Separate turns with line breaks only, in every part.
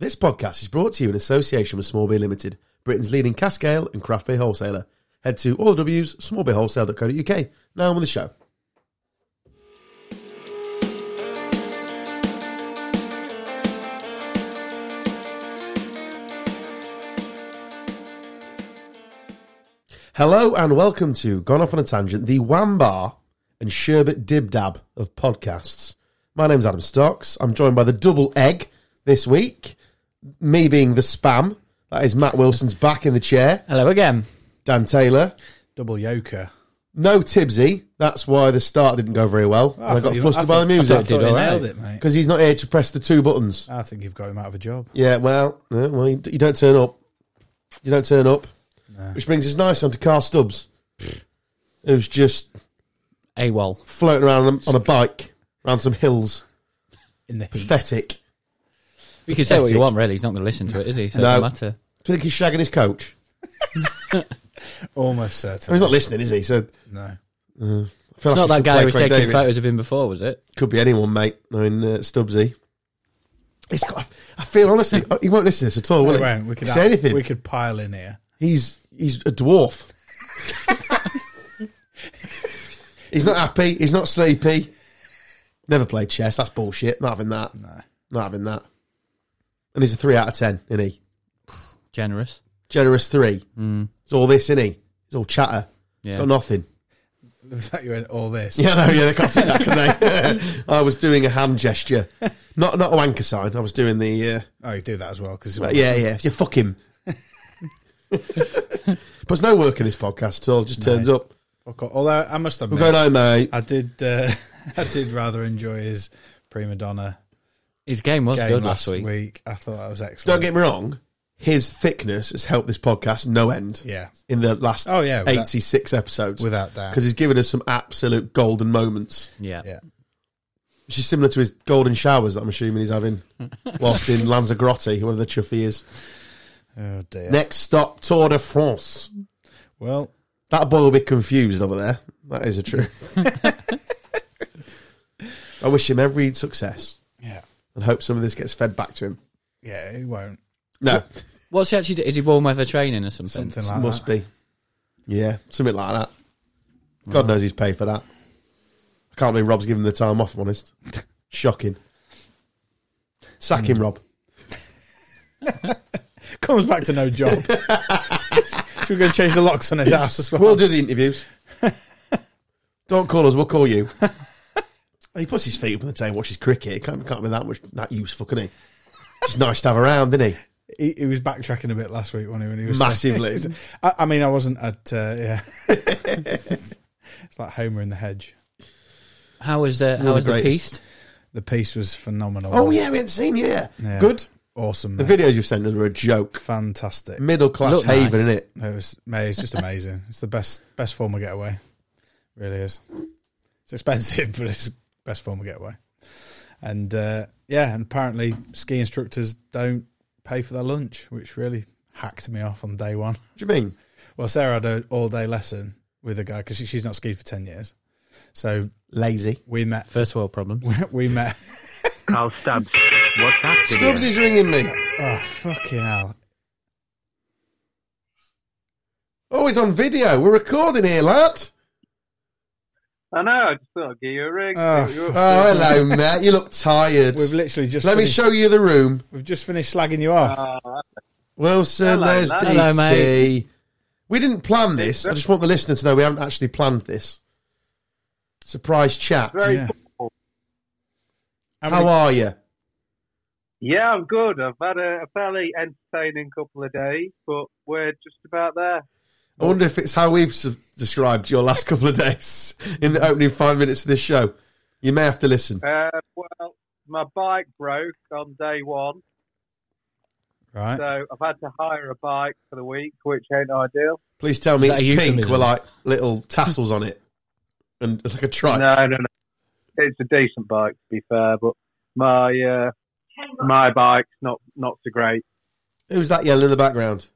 This podcast is brought to you in association with Small Beer Limited, Britain's leading cask ale and craft beer wholesaler. Head to allwsmallbeerwholesale.co.uk. Now on with the show. Hello and welcome to Gone Off on a Tangent, the Wambar and Sherbet Dib Dab of podcasts. My name's Adam Stocks. I'm joined by the double egg this week. Me being the spam. That is Matt Wilson's back in the chair.
Hello again.
Dan Taylor.
Double yoker.
No Tibbsy. That's why the start didn't go very well. and I
thought
got
you-
flustered
I
by the
thought- I
music.
thought you nailed it, mate.
Because he's not here to press the two buttons.
I think you've got him out of a job.
Yeah, well, yeah, well, you you don't turn up. You don't turn up. Which brings us nice onto Carl Stubbs, who's just
AWOL.
floating around on a- on a bike around some hills.
In the heat.
Pathetic.
You can say what you
Pathetic.
want, really. He's not going to listen to it, is he? So
No.
it doesn't matter.
Do you think he's shagging his coach?
Almost
I mean,
certain.
he's not listening, is he? So I
No.
feel
It's
like
not
I
that
should
guy
play
who was
Craig
taking
David.
photos of him before, was it?
Could be anyone, mate. I mean, uh, Stubbsy. It's got. I feel honestly, he won't listen to this at all. Will
We
he?
won't. We could
say anything.
We could pile in here.
He's he's a dwarf. he's not happy. He's not sleepy. Never played chess. That's bullshit. Not having that.
No.
Not having that. And he's a three out of ten, isn't he?
Generous.
Generous three. It's all this, isn't he? It's all chatter. It's
Yeah.
got nothing.
The fact you in all this.
Yeah, no, yeah, they can't see that, can they? I was doing a hand gesture, not not a wanker sign. I was doing the uh,
Oh, you do that as well because
yeah, yeah. You fuck him. but there's no work in this podcast at all. It Just turns up.
Although I must
We're
admit,
going home, mate.
I did. Uh, I did rather enjoy his prima donna
His game was
game
good
last
last week.
I thought that was
Don't
excellent.
get me wrong. His thickness has helped this podcast no end.
Yeah.
In the last
Oh, yeah, without-
86 episodes.
without doubt.
Because he's given us some absolute golden moments,
Yeah.
yeah.
which is similar to his golden showers that I'm assuming he's having whilst in Lanzagrote, whatever the chuff he is.
Oh dear.
Next stop, Tour de France.
Well,
That boy will be confused over there. That is a truth. I wish him every success
yeah,
and hope some of this gets fed back to him.
yeah. It won't.
No,
What's he actually do? Is he warm weather training or something?
Something like
must
that.
be. Yeah, something like that. God knows he's paid for that. I can't believe Rob's given the time off, I'm honest. Shocking. Sack him, Rob.
Comes back to no job. Should we go and change the locks on his house as well?
We'll do the interviews. Don't call us, we'll call you. he puts his feet up on the table, watches cricket. It can't, can't be that much that useful, can he? It's nice to have around, isn't he?
he, he was backtracking a bit last week when he, when he was
Massively.
saying- I, I mean, I wasn't at uh, yeah. it's like Homer in the Hedge.
How was the How
the
was the
greatest.
piece?
The piece was phenomenal.
Oh yeah, we hadn't seen you. Yeah,
Yeah.
good. Mm.
awesome,
The
mate.
videos you've sent us were a joke.
fantastic.
Middle class
Look
haven,
nice.
isn't it?
It was mate, it's just amazing. it's the best best form of getaway. Really is. It's expensive, but it's the best form of getaway. And uh, yeah, and apparently ski instructors don't pay for their lunch, which really hacked me off on day one.
What do you mean?
Well, Sarah had an all day lesson with a guy because she, she's not skied for ten years. So
Lazy.
we met.
First world problem.
We met.
Carl Stubbs. What's up,
Stubbs is ringing me.
Oh fucking hell!
Oh, he's on video. We're recording here, lad.
I know. I just thought I'd give you a ring.
Oh,
see what you're
Oh,
up
hello, Matt. You look tired.
We've literally just.
Let me
finished-
show you the room.
We've just finished slagging you off.
to. Uh,
Wilson,
Hello,
there's
lad.
DT.
Hello, mate.
We didn't plan this. I just want the listener to know we haven't actually planned this. Surprise chat.
very
Yeah.
cool.
How many-
How are you?
Yeah, I'm good. I've had a, a fairly entertaining couple of days, but we're just about there.
I wonder if it's how we've sub- described your last couple of days in the opening five minutes of this show. You may have to listen.
Uh, well, my bike broke on day one,
right.
Uh,
so I've had to hire a bike for the week, which ain't ideal.
Please tell me
Is
it's
that a
pink
euphemism?
with like little tassels on it, and it's like a tripe.
No, no, no. It's a decent bike, to be fair, but my uh, my bike's not not so great.
Who's that yelling in the background?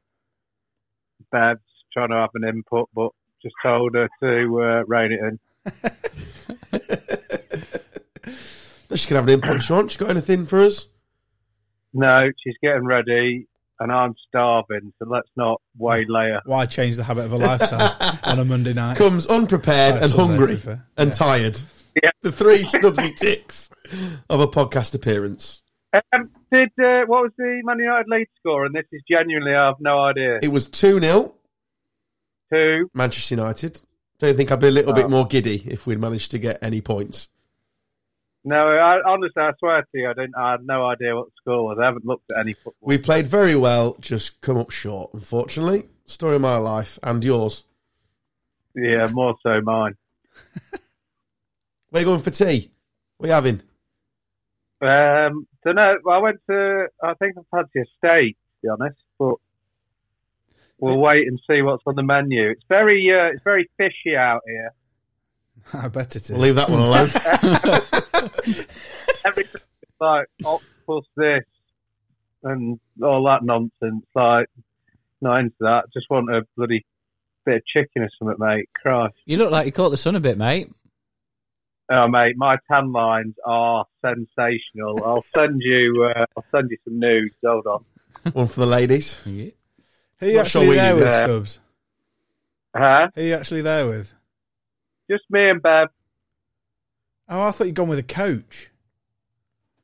Bev's trying to have an input, but just told her to uh, rein it in.
She can have an input, Sean. She got anything for us?
No, she's getting ready, and I'm starving, so let's not waylay her.
Why change the habit of a lifetime on a Monday night?
Comes unprepared
Oh,
and
Sunday, to
hungry
be fair.
and
Yeah.
tired.
Yeah.
The three snubsy ticks of a podcast appearance.
Um, did uh, what was the Man United lead score? And this is genuinely, I have no idea.
It was 2 0,
Two.
Manchester United. Don't think I'd be a little bit
Oh.
more giddy if we'd managed to get any points.
No, I, honestly, I swear to you, I didn't. I had no idea what the score was. I haven't looked at any football.
We played very well, just come up short, unfortunately. Story of my life and yours.
Yeah, more so mine.
Where you going for tea? What are you having?
Um, so no, I went to. I think I've had to steak, to be honest. But we'll wait and see what's on the menu. It's very, uh, it's very fishy out here.
I bet it is.
We'll leave that one alone.
Everything's like octopus this and all that nonsense. Like, not into that. Just want a bloody bit of chicken or something, mate. Christ.
You look like you caught the sun a bit, mate.
Oh mate, my tan lines are sensational. I'll send you. Uh, I'll send you some nudes. Hold on.
one for the ladies.
Who are you
What shall
actually
we
there
do
with,
there?
Stubbs?
Huh?
Who are you actually there with?
Just me and Bev.
Oh, I thought you'd gone with a coach.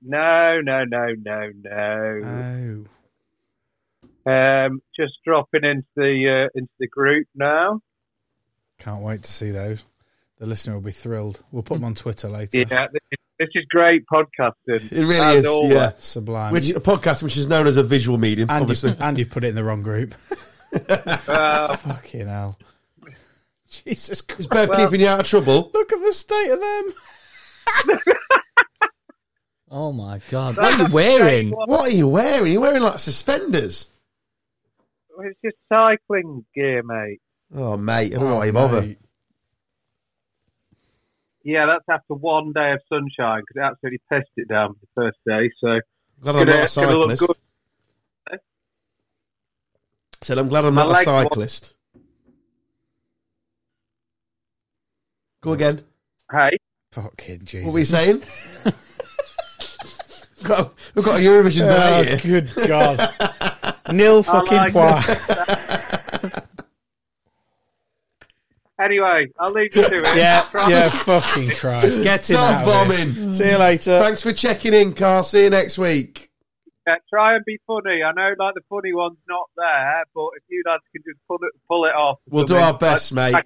No, no, no, no, no.
Uh.
Oh.
um, just dropping into the uh, into the group now.
Can't wait to see those. The listener will be thrilled. We'll put
Hmm.
them on Twitter later.
Yeah, this is, this is great podcasting.
It really
As
is.
always.
Yeah.
Sublime.
Which a podcast which is known as a visual medium,
and,
obviously.
you, and you put it in the wrong group.
Uh,
Fucking hell. Jesus
Is
Christ.
Bev keeping you out of trouble?
Look at the state of them.
Oh my god, what are you wearing?
What are you wearing? You're wearing like suspenders.
it's just cycling gear, mate.
Oh mate, I don't know why you
Oh,
bother.
mate.
Yeah, that's after one day of sunshine because it absolutely pissed it down the first day. So
Glad I'm
Gonna-
not a
gonna look
cyclist.
good.
Said I'm glad I'm
My
not a
legs want-
cyclist. Go again.
hey,
Fucking
What
Jesus.
were you saying? Got- we've got a Eurovision
Oh,
delay here.
good God.
Oh,
Nil fucking
like
pois.
anyway, I'll leave you to it.
Yeah,
Right.
yeah, fucking Christ. Get him
Stop
out of here.
bombing.
See you later.
Thanks for checking in, Carl. See you next week.
Yeah, try and be funny. I know, like the funny one's not there, but if you lads can just pull it, pull it off,
We'll do
I mean,
our best, mate.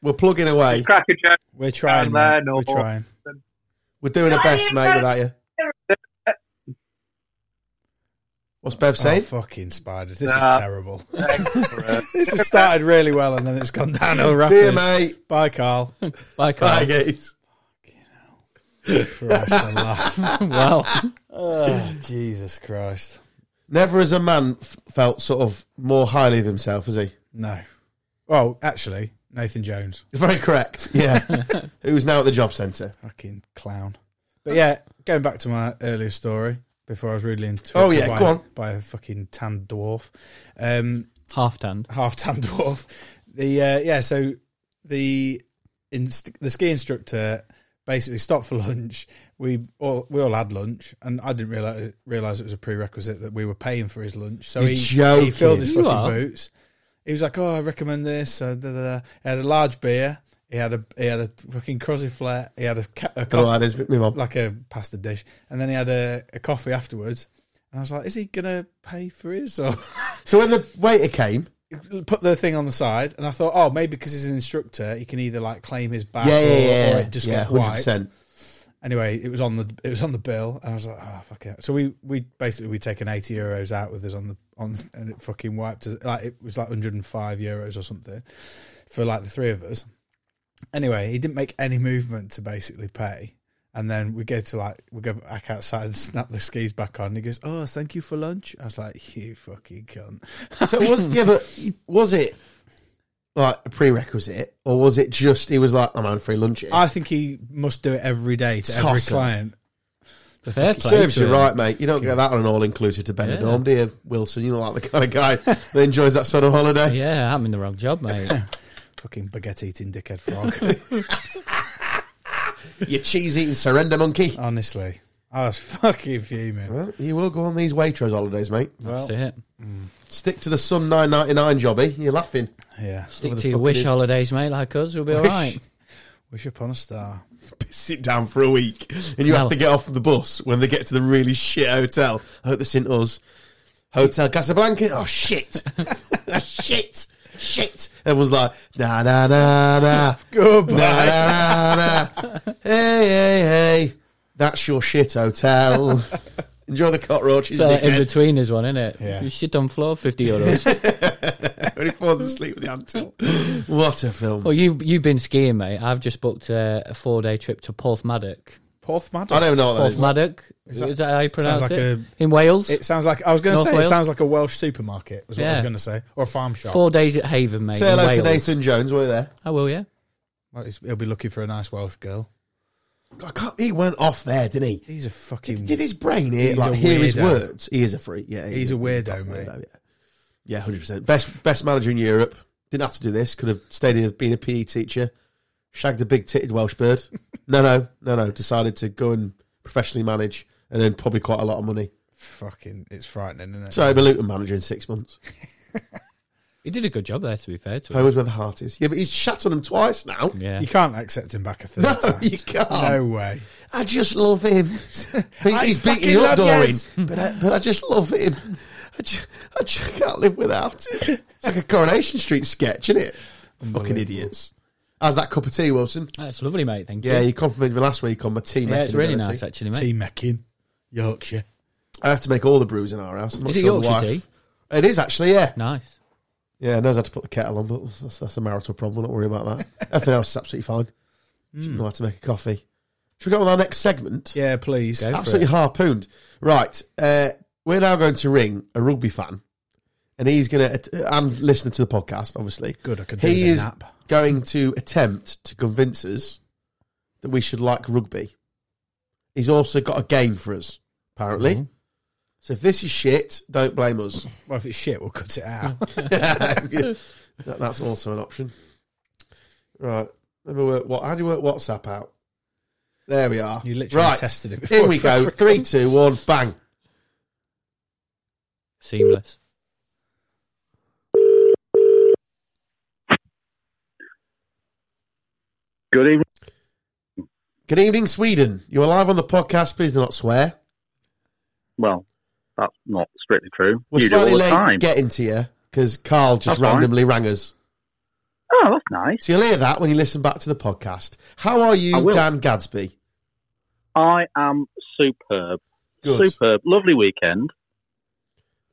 We're plugging away.
Crack a joke.
We're trying.
Down there,
mate.
no
We're
more.
trying.
We're doing our best, mate, without you. What's Bev
Oh,
saying?
fucking spiders. This
Nah.
is terrible.
Excellent.
this has started really well and then it's gone downhill
See you,
rapid.
mate.
Bye, Carl.
Bye,
Bye,
Carl.
guys.
Christ alive.
Wow.
Oh, Jesus Christ.
Never has a man f- felt sort of more highly of himself, has he?
No. Well, actually, Nathan Jones.
Very correct. Yeah. Who's now at the job centre?
Fucking clown. But yeah, going back to my earlier story before I was rudely interrupted
Oh, yeah,
by,
go on.
by a fucking tan dwarf. Um,
Half tanned.
half tan dwarf. The uh, yeah, so the inst- the ski instructor basically stopped for lunch. We all we all had lunch, and I didn't realize realize it was a prerequisite that we were paying for his lunch. So
You're
he he
joking.
filled his
You
fucking
are.
boots. He was like, "Oh, I recommend this." Uh, da, da, da. He had a large beer. He had a he had a fucking crozzy flat. He had a, ca- a
Go
coffee,
on, lads, move on.
like a pasta dish, and then he had a, a coffee afterwards. And I was like, "Is he gonna pay for his?" Or
So when the waiter came,
put the thing on the side, and I thought, oh, maybe because he's an instructor, he can either like claim his back
yeah,
or,
yeah, yeah,
or it just
yeah,
gets wiped.
100%.
Anyway, it was on the it was on the bill, and I was like, oh fuck it. So we we basically we taken eighty euros out with us on the on, and it fucking wiped us. Like it was like hundred and five euros or something for like the three of us. Anyway, he didn't make any movement to basically pay. And then we go to like we go back outside and snap the skis back on. And he goes, "Oh, thank you for lunch." I was like, "You fucking cunt."
So it was yeah, but was it like a prerequisite, or was it just he was like, "I'm on free lunch." here."
I think he must do it every day to every
Tosser.
client.
Fair play.
Serves
to
you
him.
right, mate. You don't get that on an all-inclusive to Benidorm, do you, Wilson? You're not like the kind of guy that enjoys that sort of holiday.
Yeah, I'm in the wrong job, mate.
Fucking baguette eating dickhead frog.
You cheese-eating surrender monkey.
Honestly, I was fucking fuming.
Well, you will go on these Waitrose holidays, mate.
Well,
That's it.
Stick to the Sun 999 jobby. You're laughing.
yeah.
Stick
the
to your
fuck it
wish
is.
holidays, mate, like us. We'll be all right.
Wish upon a star.
Sit down for a week and you have
No.
to get off the bus when they get to the really shit hotel. I hope they're sent us. Hotel Casablanca. Oh, shit. shit. Shit. Everyone's like, na na na na.
Goodbye.
Na, na, na, na. hey, hey, hey. That's your shit hotel. Enjoy the cockroaches,
So in
dickhead.
between is one, isn't it?
Yeah.
You shit on floor, fifty euros.
When he falls asleep with the antelope. What a film.
well, you you've been skiing, mate. I've just booked a, a four day trip to Porthmadog.
Porthmadog.
I don't even know what that is.
Porthmadog is,
that-
that how you pronounce
like
it?
a-
in Wales,
It sounds like I was going to
North
say it
Wales?
sounds like a Welsh supermarket. Was what I was
Yeah.
going to say, or a farm shop.
four days at Haven, mate.
Say
in
hello to
Wales.
Nathan Jones, were you there?
I will, yeah.
Well, he's- he'll be looking for a nice Welsh girl.
I can't, he went off there, didn't he?
He's a fucking.
Did his brain hear,
He's
like,
a
hear his
weirdo.
words? He is a freak. Yeah, he is
He's a weirdo, mate.
yeah. Yeah, 100%. Best best manager in Europe. Didn't have to do this. Could have stayed in been a PE teacher. Shagged a big titted Welsh bird. No, no, no, no. Decided to go and professionally manage and earn probably quite a lot of money.
Fucking, it's frightening, isn't it?
So he'll be Luton manager in six months.
He did a good job there, to be fair to him.
Homer's where the heart is. Yeah, but he's shat on him twice now.
Yeah.
you can't accept him back a third
No,
time.
you can't.
No way.
I just love him. He-
I
he's
fucking
beating you up,
love
Doreen,
yes.
but I, but I just love him. I just, I just can't live without him. It's like a Coronation Street sketch, isn't it? Fucking idiots. How's that cup of tea, Wilson?
That's lovely, mate. Thank
Yeah,
you.
you complimented me last week on my tea
Yeah,
making
it's really
ability.
nice, actually, mate.
Tea making, Yorkshire.
I have to make all the brews in our house. I'm not
Is it
sure the
Yorkshire
wife- It is actually, yeah.
Nice.
Yeah, knows how to put the kettle on, but that's, that's a marital problem. Don't worry about that. Everything else is absolutely fine. She know how to make a coffee. Should we go on our next segment?
Yeah, please.
Go for
absolutely
it.
harpooned. Right, uh, we're now going to ring a rugby fan, and he's going to and listening to the podcast. Obviously,
Good, I could do with
He
a
is
nap.
going to attempt to convince us that we should like rugby. He's also got a game for us, apparently.
Mm-hmm.
So if this is shit, don't blame us.
Well, if it's shit, we'll cut it out.
That- that's also an option. Right. Let me work what how do you work WhatsApp out? There we are.
You literally
right.
tested it
Here
before
we
the
go.
press
Three, two, one, bang.
Seamless.
Good evening.
Good evening, Sweden. You are live on the podcast. Please do not swear.
Well, that's not strictly true.
We're
you do all
slightly
the
late
time.
getting to you because Carl just
That's fine.
randomly rang us.
Oh, that's nice.
So you'll hear that when you listen back to the podcast. How are
I
you,
will.
Dan Gadsby?
I am superb.
Good.
Superb. Lovely weekend.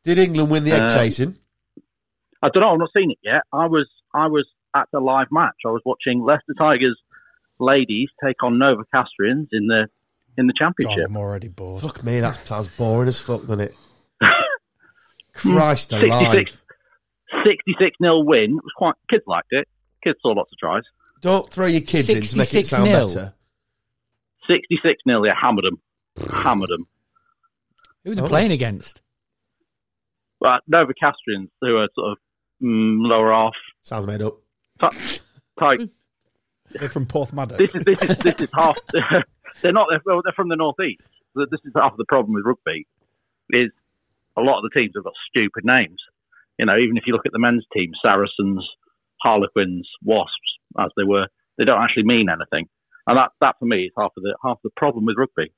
Did England win the egg
Uh,
chasing?
I don't know. I've not seen it yet. I was I was at the live match. I was watching Leicester Tigers ladies take on Nova Castrians in the in the
God,
championship.
I'm already bored.
Fuck me, that sounds boring as fuck, doesn't it? Christ alive.
66 nil win. It was quite. Kids liked it. Kids saw lots of tries.
Don't throw your kids in to make it
66
sound
nil.
better.
66 nil. Yeah, hammered them. Hammered them.
Who were they
Oh.
playing against?
But Nova Castrians, who are sort of mm, lower off.
Sounds made up.
Ti-
Hmm.
Ti-
They're from Porthmadog.
this is this is this is half. they're not. They're, well, they're from the northeast. Th- This is half the problem with rugby. Is a lot of the teams have got stupid names. You know, even if you look at the men's team, Saracens, Harlequins, Wasps, as they were, they don't actually mean anything. And that, that for me is half of the half the problem with rugby.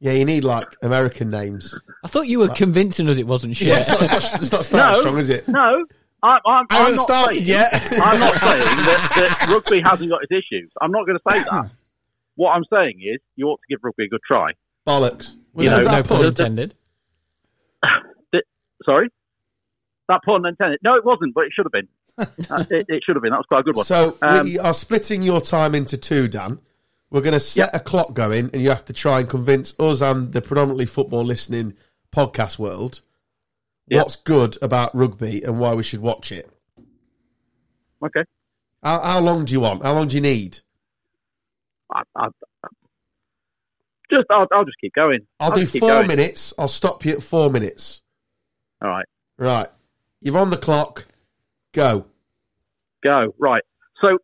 Yeah, you need like American names.
I thought you were convincing us it wasn't shit.
Yeah, it's not, it's not, it's not starting
No.
strong, is it?
No, I, I'm,
I
I'm
haven't
not
started
saying,
yet.
I'm not saying that, that rugby hasn't got its issues. I'm not going to say that. What I'm saying is, you ought to give rugby a good try.
Bollocks. Was,
you know,
was
no
that
pun
pun?
intended.
Sorry? That pun intended. No, it wasn't, but it should have been. Uh, it, it should have been. That was quite a good one.
So
Um,
we are splitting your time into two, Dan. We're going to set a clock going, and you have to try and convince us and the predominantly football listening podcast world
Yep.
what's good about rugby and why we should watch it.
okay.
How, how long do you want? How long do you need?
I, I, I- just, I'll, I'll just keep going.
I'll, do
just keep
four
going.
minutes. I'll stop you at four minutes.
All right.
Right. You're on the clock. Go.
Go. Right. So,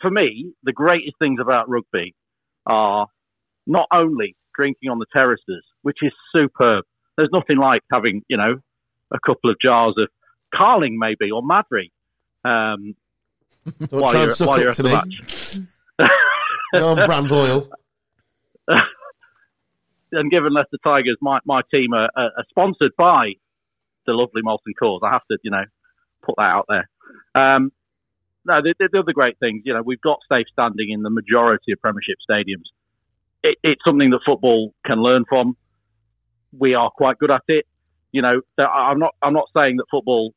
for me, the greatest things about rugby are not only drinking on the terraces, which is superb. There's nothing like having, you know, a couple of jars of Carling maybe or Madry. Um,
Don't
while
try
you're,
and suck
while you're
up
at
to
the
me.
match.
No, I'm brand loyal.
and given Leicester Tigers, my, my team are, are are sponsored by the lovely Molson Coors. I have to, you know, put that out there. Um, no, the, the, the other great things, you know, we've got safe standing in the majority of Premiership stadiums. It, it's something that football can learn from. We are quite good at it. You know, there- I- I'm not. I'm not saying that football.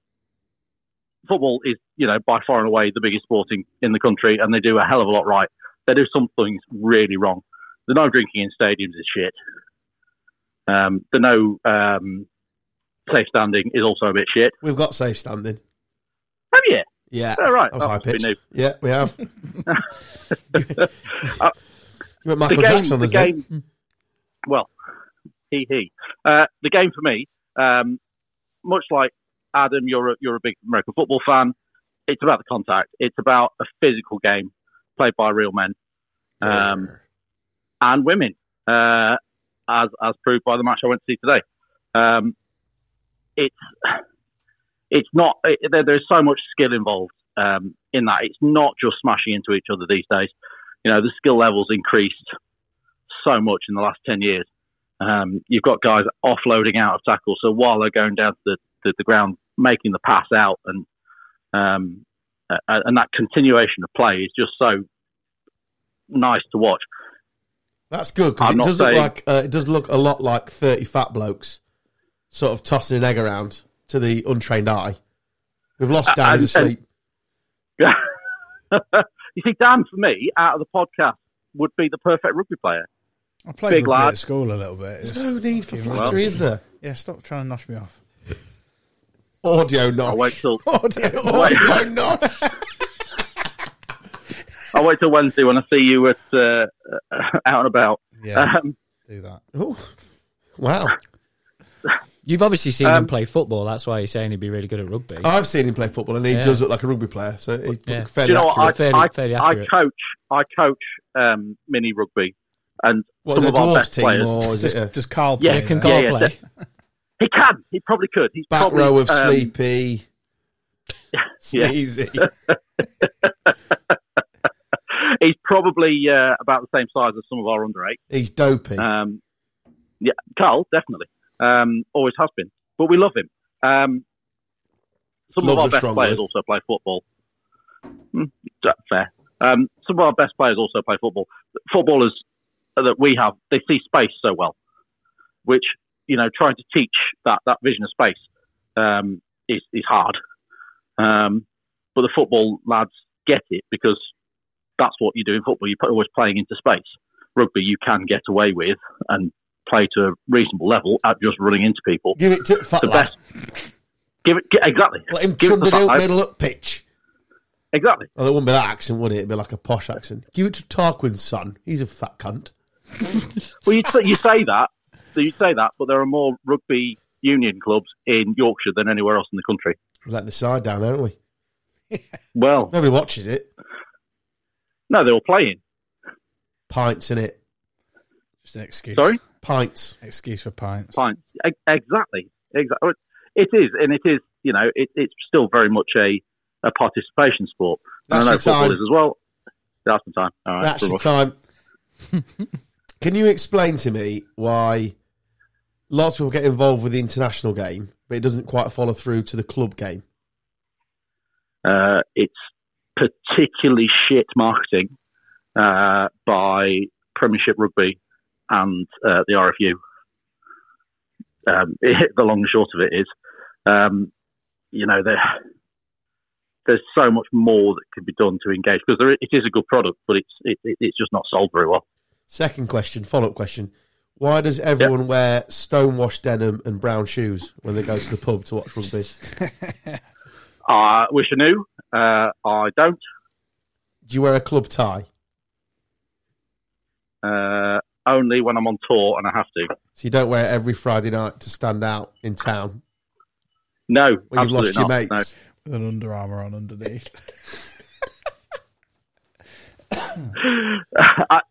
Football is, you know, by far and away the biggest sport in, in the country, and they do a hell of a lot right. They do some things really wrong. The no drinking in stadiums is shit. Um, the no um, safe standing is also a bit shit.
We've got safe standing.
Have you?
Yeah.
All right. Oh,
That was high
must be
pitched.
new.
Yeah, we have. you went
Uh, The
Michael
game,
Jackson,
the
isn't it? Hmm.
game. Well, he he. Uh, the game for me, um, much like Adam, you're a, you're a big American football fan. It's about the contact. It's about a physical game played by real men um, and women, uh, as as proved by the match I went to see today. Um, it's it's not it, there, there's so much skill involved um, in that. It's not just smashing into each other these days. You know the skill levels increased so much in the last ten years. Um, you've got guys offloading out of tackle, so while they're going down to the, the, the ground, making the pass out, and um, uh, and that continuation of play is just so nice to watch.
That's good because
I'm
it
not
does
saying-
look like uh, it does look a lot like thirty fat blokes, sort of tossing an egg around to the untrained eye. We've lost Dan in
and-
his
and-
sleep.
you see, Dan for me out of the podcast would be the perfect rugby player.
I played
Big
rugby
lad.
at school a little bit.
There's
It's-
no need for
Fucking
flattery, is there?
yeah, stop trying to nosh me off.
Audio
I
knock.
wait till
Audio knock.
I wait till Wednesday when I see you at uh, out and about.
Yeah,
Um,
do that.
Ooh. Wow.
You've obviously seen
Um,
him play football. That's why you're saying he'd be really good at rugby.
I've seen him play football, and he
Yeah.
does look like a rugby player. So he
Yeah.
do
fairly
you know
accurate.
what? I,
Fairly-
I,
fairly
I
accurate.
coach I coach um, mini rugby, and
What is
some
it, a
of our
dwarfs
best
team,
players.
or is
Does,
it a
does Carl
Yeah,
play?
He can
there?
call
yeah,
play.
He can. He probably could. He's
back
probably,
row of
um,
sleepy?
yeah.
Easy.
He's probably uh, about the same size as some of our under eight.
He's dopey.
Um, yeah, Carl definitely um, always has been, but we love him. Um, some
Love's
of
a
our best
strong
players
word.
also play football. Hmm, that's fair. Um, some of our best players also play football. Footballers that we have, they see space so well, which you know, trying to teach that that vision of space um, is is hard. Um, but the football lads get it because that's what you do in football. You're always playing into space rugby you can get away with and play to a reasonable level at just running into people.
Give it to fat
The
lad.
best. Give it get, exactly.
Let him
Give it to
trundle
fat
out
lad.
middle up pitch.
Exactly.
Well, it wouldn't be that accent, would it? It'd be like a posh accent. Give it to Tarquin's son. He's a fat cunt.
Well, you you say that, you say that, but there are more rugby union clubs in Yorkshire than anywhere else in the country.
We're letting the side down, aren't we?
Well,
Nobody watches it.
no, they're all playing.
Pints in it.
Just an excuse.
Sorry,
Pints.
Excuse for pints.
fine. E- exactly. Exactly. It is, and it is. You know, it, it's still very much a, a participation sport.
That's
and I know
your
football
time.
is as well. That's the time. All right.
That's
we're
the
off.
time. Can you explain to me why lots of people get involved with the international game, but it doesn't quite follow through to the club game?
Uh, it's particularly shit marketing uh, by Premiership Rugby and uh, the RFU. Um, the long and short of it is, um, you know, there, there's so much more that could be done to engage because there, it is a good product, but it's it, it, it's just not sold very well.
Second question, follow up question. Why does everyone wear stonewashed denim and brown shoes when they go to the pub to watch rugby?
I wish I knew. Uh, I don't.
Do you wear a club tie?
Uh, only when I'm on tour and I have to.
So you don't wear it every Friday night to stand out in town
No,
when you've
absolutely
lost your
not.
mates.
No.
With an Under Armour on underneath.
I,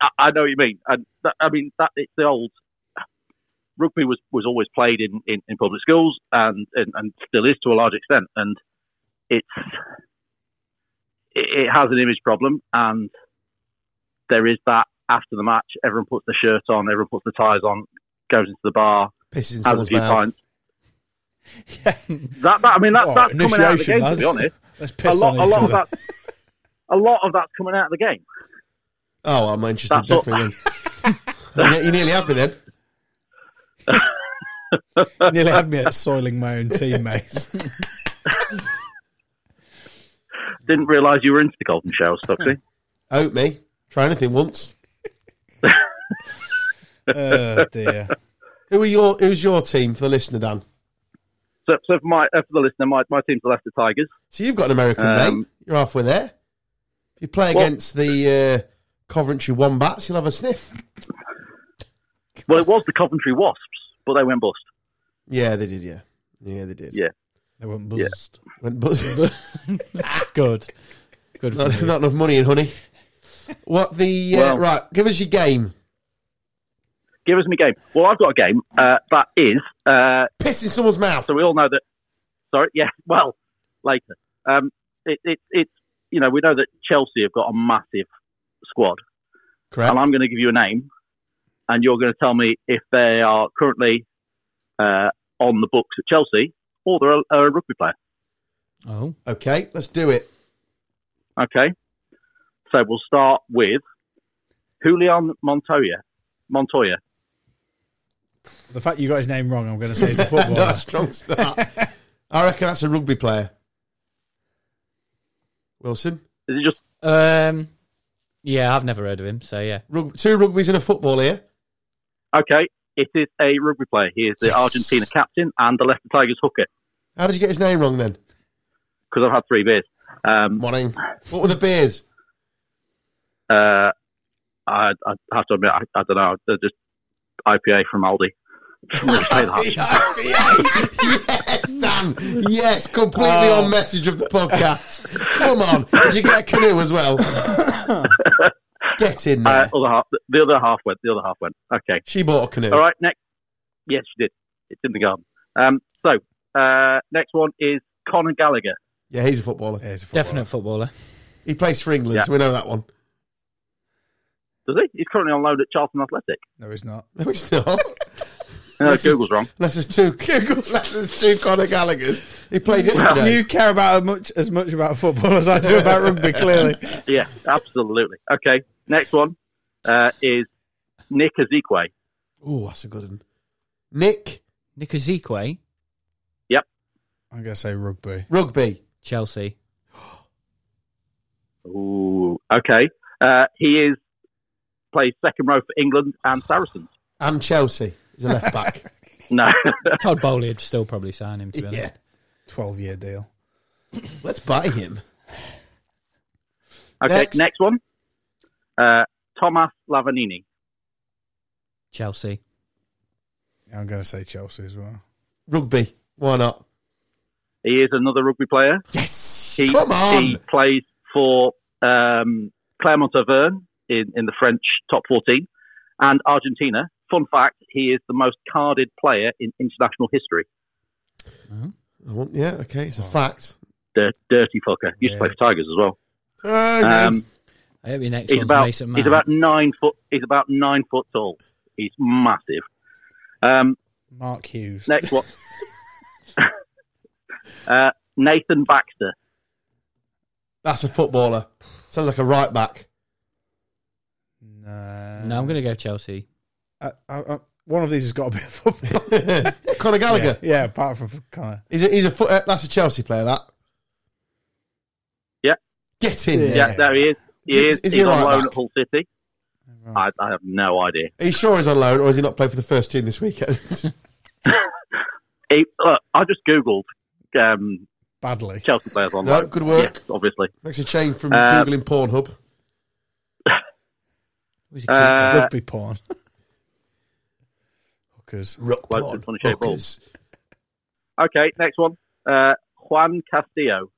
I- I know what you mean. And that, I mean that it's the old rugby was, was always played in, in, in public schools and, and, and still is to a large extent. And it's it, it has an image problem, and there is that after the match, everyone puts their shirt on, everyone puts their ties on, goes into the bar,
Pisses in
has a
someone's
few
mouth.
pints. That, that I mean, that's,
Oh,
that's coming out of the game. To
lads.
be honest,
Let's
a
piss
lot,
on
a
each
lot of
other.
that, a lot of that's coming out of the game.
Oh, well, Manchester
That's what-
definitely win. You're- You're nearly happy then.
Nearly had me at soiling my own teammates.
Didn't realise you were into the golden showers, Tuxie.
Out me. Try anything once.
oh dear.
Who are your? Who's your team for the listener, Dan?
so, so for my uh, for the listener, my, my team's the Leicester Tigers.
So you've got an American
Um,
mate. You're halfway there. If you play
Well-
against the uh, Coventry Wombats, you'll have a sniff.
Well, it was the Coventry Wasps, but they went bust.
Yeah, they did. Yeah, yeah, they did.
Yeah.
They weren't buzzed.
Went buzz-
Good. Good for
not,
you.
not enough money in honey. What the uh,
Well-
right? Give us your game.
Give us me game. Well, I've got a game uh, that is. Uh,
Piss in someone's mouth.
so we all know that. Sorry, yeah. Well, later. Um, it, it, it's you know we know that Chelsea have got a massive squad,
Correct.
and I'm going to give you a name, and you're going to tell me if they are currently uh, on the books at Chelsea or they're a, are a rugby player.
Oh,
Okay, let's do it.
Okay. So we'll start with Julian Montoya. Montoya.
The fact you got his name wrong, I'm going to say he's a footballer.
That's a strong start. I reckon that's a rugby player. Wilson,
Is it just
um, yeah, I've never heard of him. So yeah,
Rug- two rugby's in a football here.
okay? It is a rugby player. He is the Argentina captain and the Leicester Tigers hooker.
How did you get his name wrong then?
Because I've had three beers. Um,
Morning. What were the beers?
uh, I, I have to admit, I, I don't know. They're just IPA from Aldi. I'm gonna say that.
yes, Dan. Yes, completely
Oh.
on message of the podcast. Come on. Did you get a canoe as well? get in
Uh,
there.
other half, the other half went. The other half went. Okay.
she bought a canoe.
All right. Next. Yes, you did. It's in the garden. Um, so uh, next one is Conor Gallagher.
Yeah, he's a footballer.
Yeah, he's a footballer.
definite footballer.
He plays for England,
Yeah.
so we know that one.
Does he? He's currently on loan at Charlton Athletic.
No, he's not.
No, it's not.
No,
This is-
Google's wrong.
Unless there's two, unless there's two Conor Gallagher's. He played yesterday.
You care about as much as much about football as I do about rugby. Clearly,
Yeah, absolutely. Okay, next one uh, is Nick Ezekwe.
Oh, that's a good one. Nick
Nick Ezekwe,
I'm going to say rugby.
Rugby.
Chelsea.
Ooh, okay. Uh, he is plays second row for England and Saracens.
And Chelsea. He's a left back.
No,
Todd Bowley would still probably sign him. To be honest.
yeah.
Twelve year deal.
Let's buy him.
okay.
Next.
Next, one, uh, Thomas Lavanini.
Chelsea.
I'm going to say Chelsea as well.
Rugby. Why not?
He is another rugby player.
Yes.
He,
Come on.
he plays for um, Clermont Auvergne in, in the French top 14 and Argentina. Fun fact: He is the most carded player in international history.
I want, yeah, okay. It's a fact.
Dirt, dirty fucker. Used to play for Tigers as well. Um,
I hope your next
he's
one's
about
Mason
he's
Mount.
about nine foot. He's about nine foot tall. He's massive. Um,
Mark Hughes.
next one. uh, Nathan Baxter.
That's a footballer. Sounds like a right back.
No,
no, I'm going to go Chelsea.
I, I, I, one of these has got to be a footballer.
Conor
yeah,
Gallagher.
yeah, apart from Connor.
He's a, he's a foot, uh, that's a Chelsea player, that.
Yeah.
Get in there.
Yeah,
Yeah.
there he is. He
Is he-
is.
is he
he's
a
on
right
loan
back?
at Hull City. I, I have no idea.
Are you sure he's on loan or has he not played for the first team this weekend?
He, look, uh, I just googled um,
Badly.
Chelsea players on
no,
loan.
good work.
Yes, obviously.
Makes a change from
Uh,
Googling Pornhub.
Who's he
Uh,
rugby porn. Hookers.
Rock
Blokes
porn.
with funny shaped
hookers.
Okay, next one. Uh, Juan Castillo.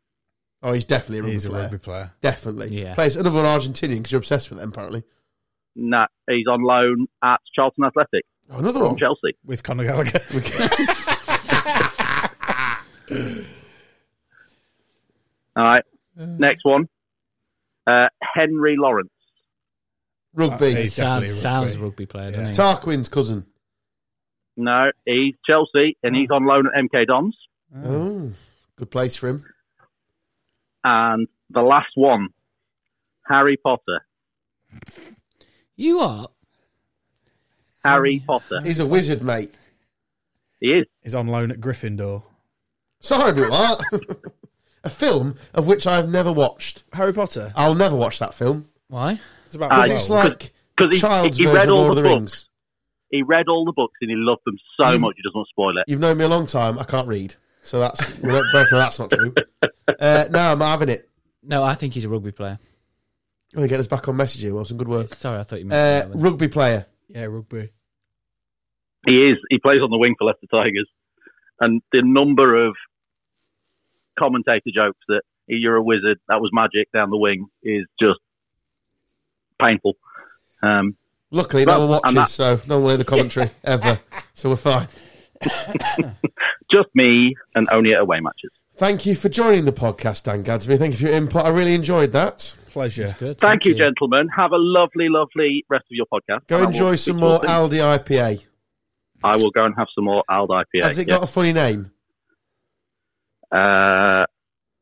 Oh, he's definitely a rugby
He's a
player.
rugby player.
Definitely.
Yeah.
Plays another Argentinian because you're obsessed with them, apparently.
Nah, he's on loan at Charlton Athletic.
Oh, another
from
one.
Chelsea.
with Conor Gallagher.
All right. Next one. Uh, Henry Lawrence.
Rugby.
He's
Sounds,
definitely a
sounds
rugby.
rugby player,
Yeah.
doesn't he?
Tarquin's cousin.
No, he's Chelsea and he's on loan at MK Dons.
Oh, good place for him.
And the last one, Harry Potter.
You are.
Harry Potter.
He's a wizard, mate.
He is.
He's on loan at Gryffindor.
Sorry about that. a film of which I've never watched.
Harry Potter.
I'll never watch that film.
Why?
Ah, It's about
Ah,
'Cause
yeah.
it's like
Because
child's
he, he
version
read
of
all
Lord
the,
of the
books.
Rings.
He read all the books and he loved them so
You-
much he doesn't want to spoil it.
You've known me a long time. I can't read. So that's, we don't- both know that's not true. Uh, no, I'm having it.
No, I think he's a rugby player.
I'm going to get us back on message here. Well, some good work.
Sorry, I thought you
Uh,
meant. that one.
rugby player.
yeah, rugby.
He is. He plays on the wing for Leicester Tigers. And the number of commentator jokes that "Hey, you're a wizard, that was magic down the wing is just painful. Um,
Luckily, no
Well,
one watches,
and that-
so no one will hear the commentary ever. So we're fine.
just me and only at away matches.
Thank you for joining the podcast, Dan Gadsby. Thank you for your input. I really enjoyed that.
Pleasure.
Good.
Thank you, gentlemen. Have a lovely, lovely rest of your podcast.
Go
And I will
enjoy
speak
some
to you
more
soon.
Aldi IPA.
I will go and have some more Ald IPA.
Has it
yeah.
got a funny name?
Uh,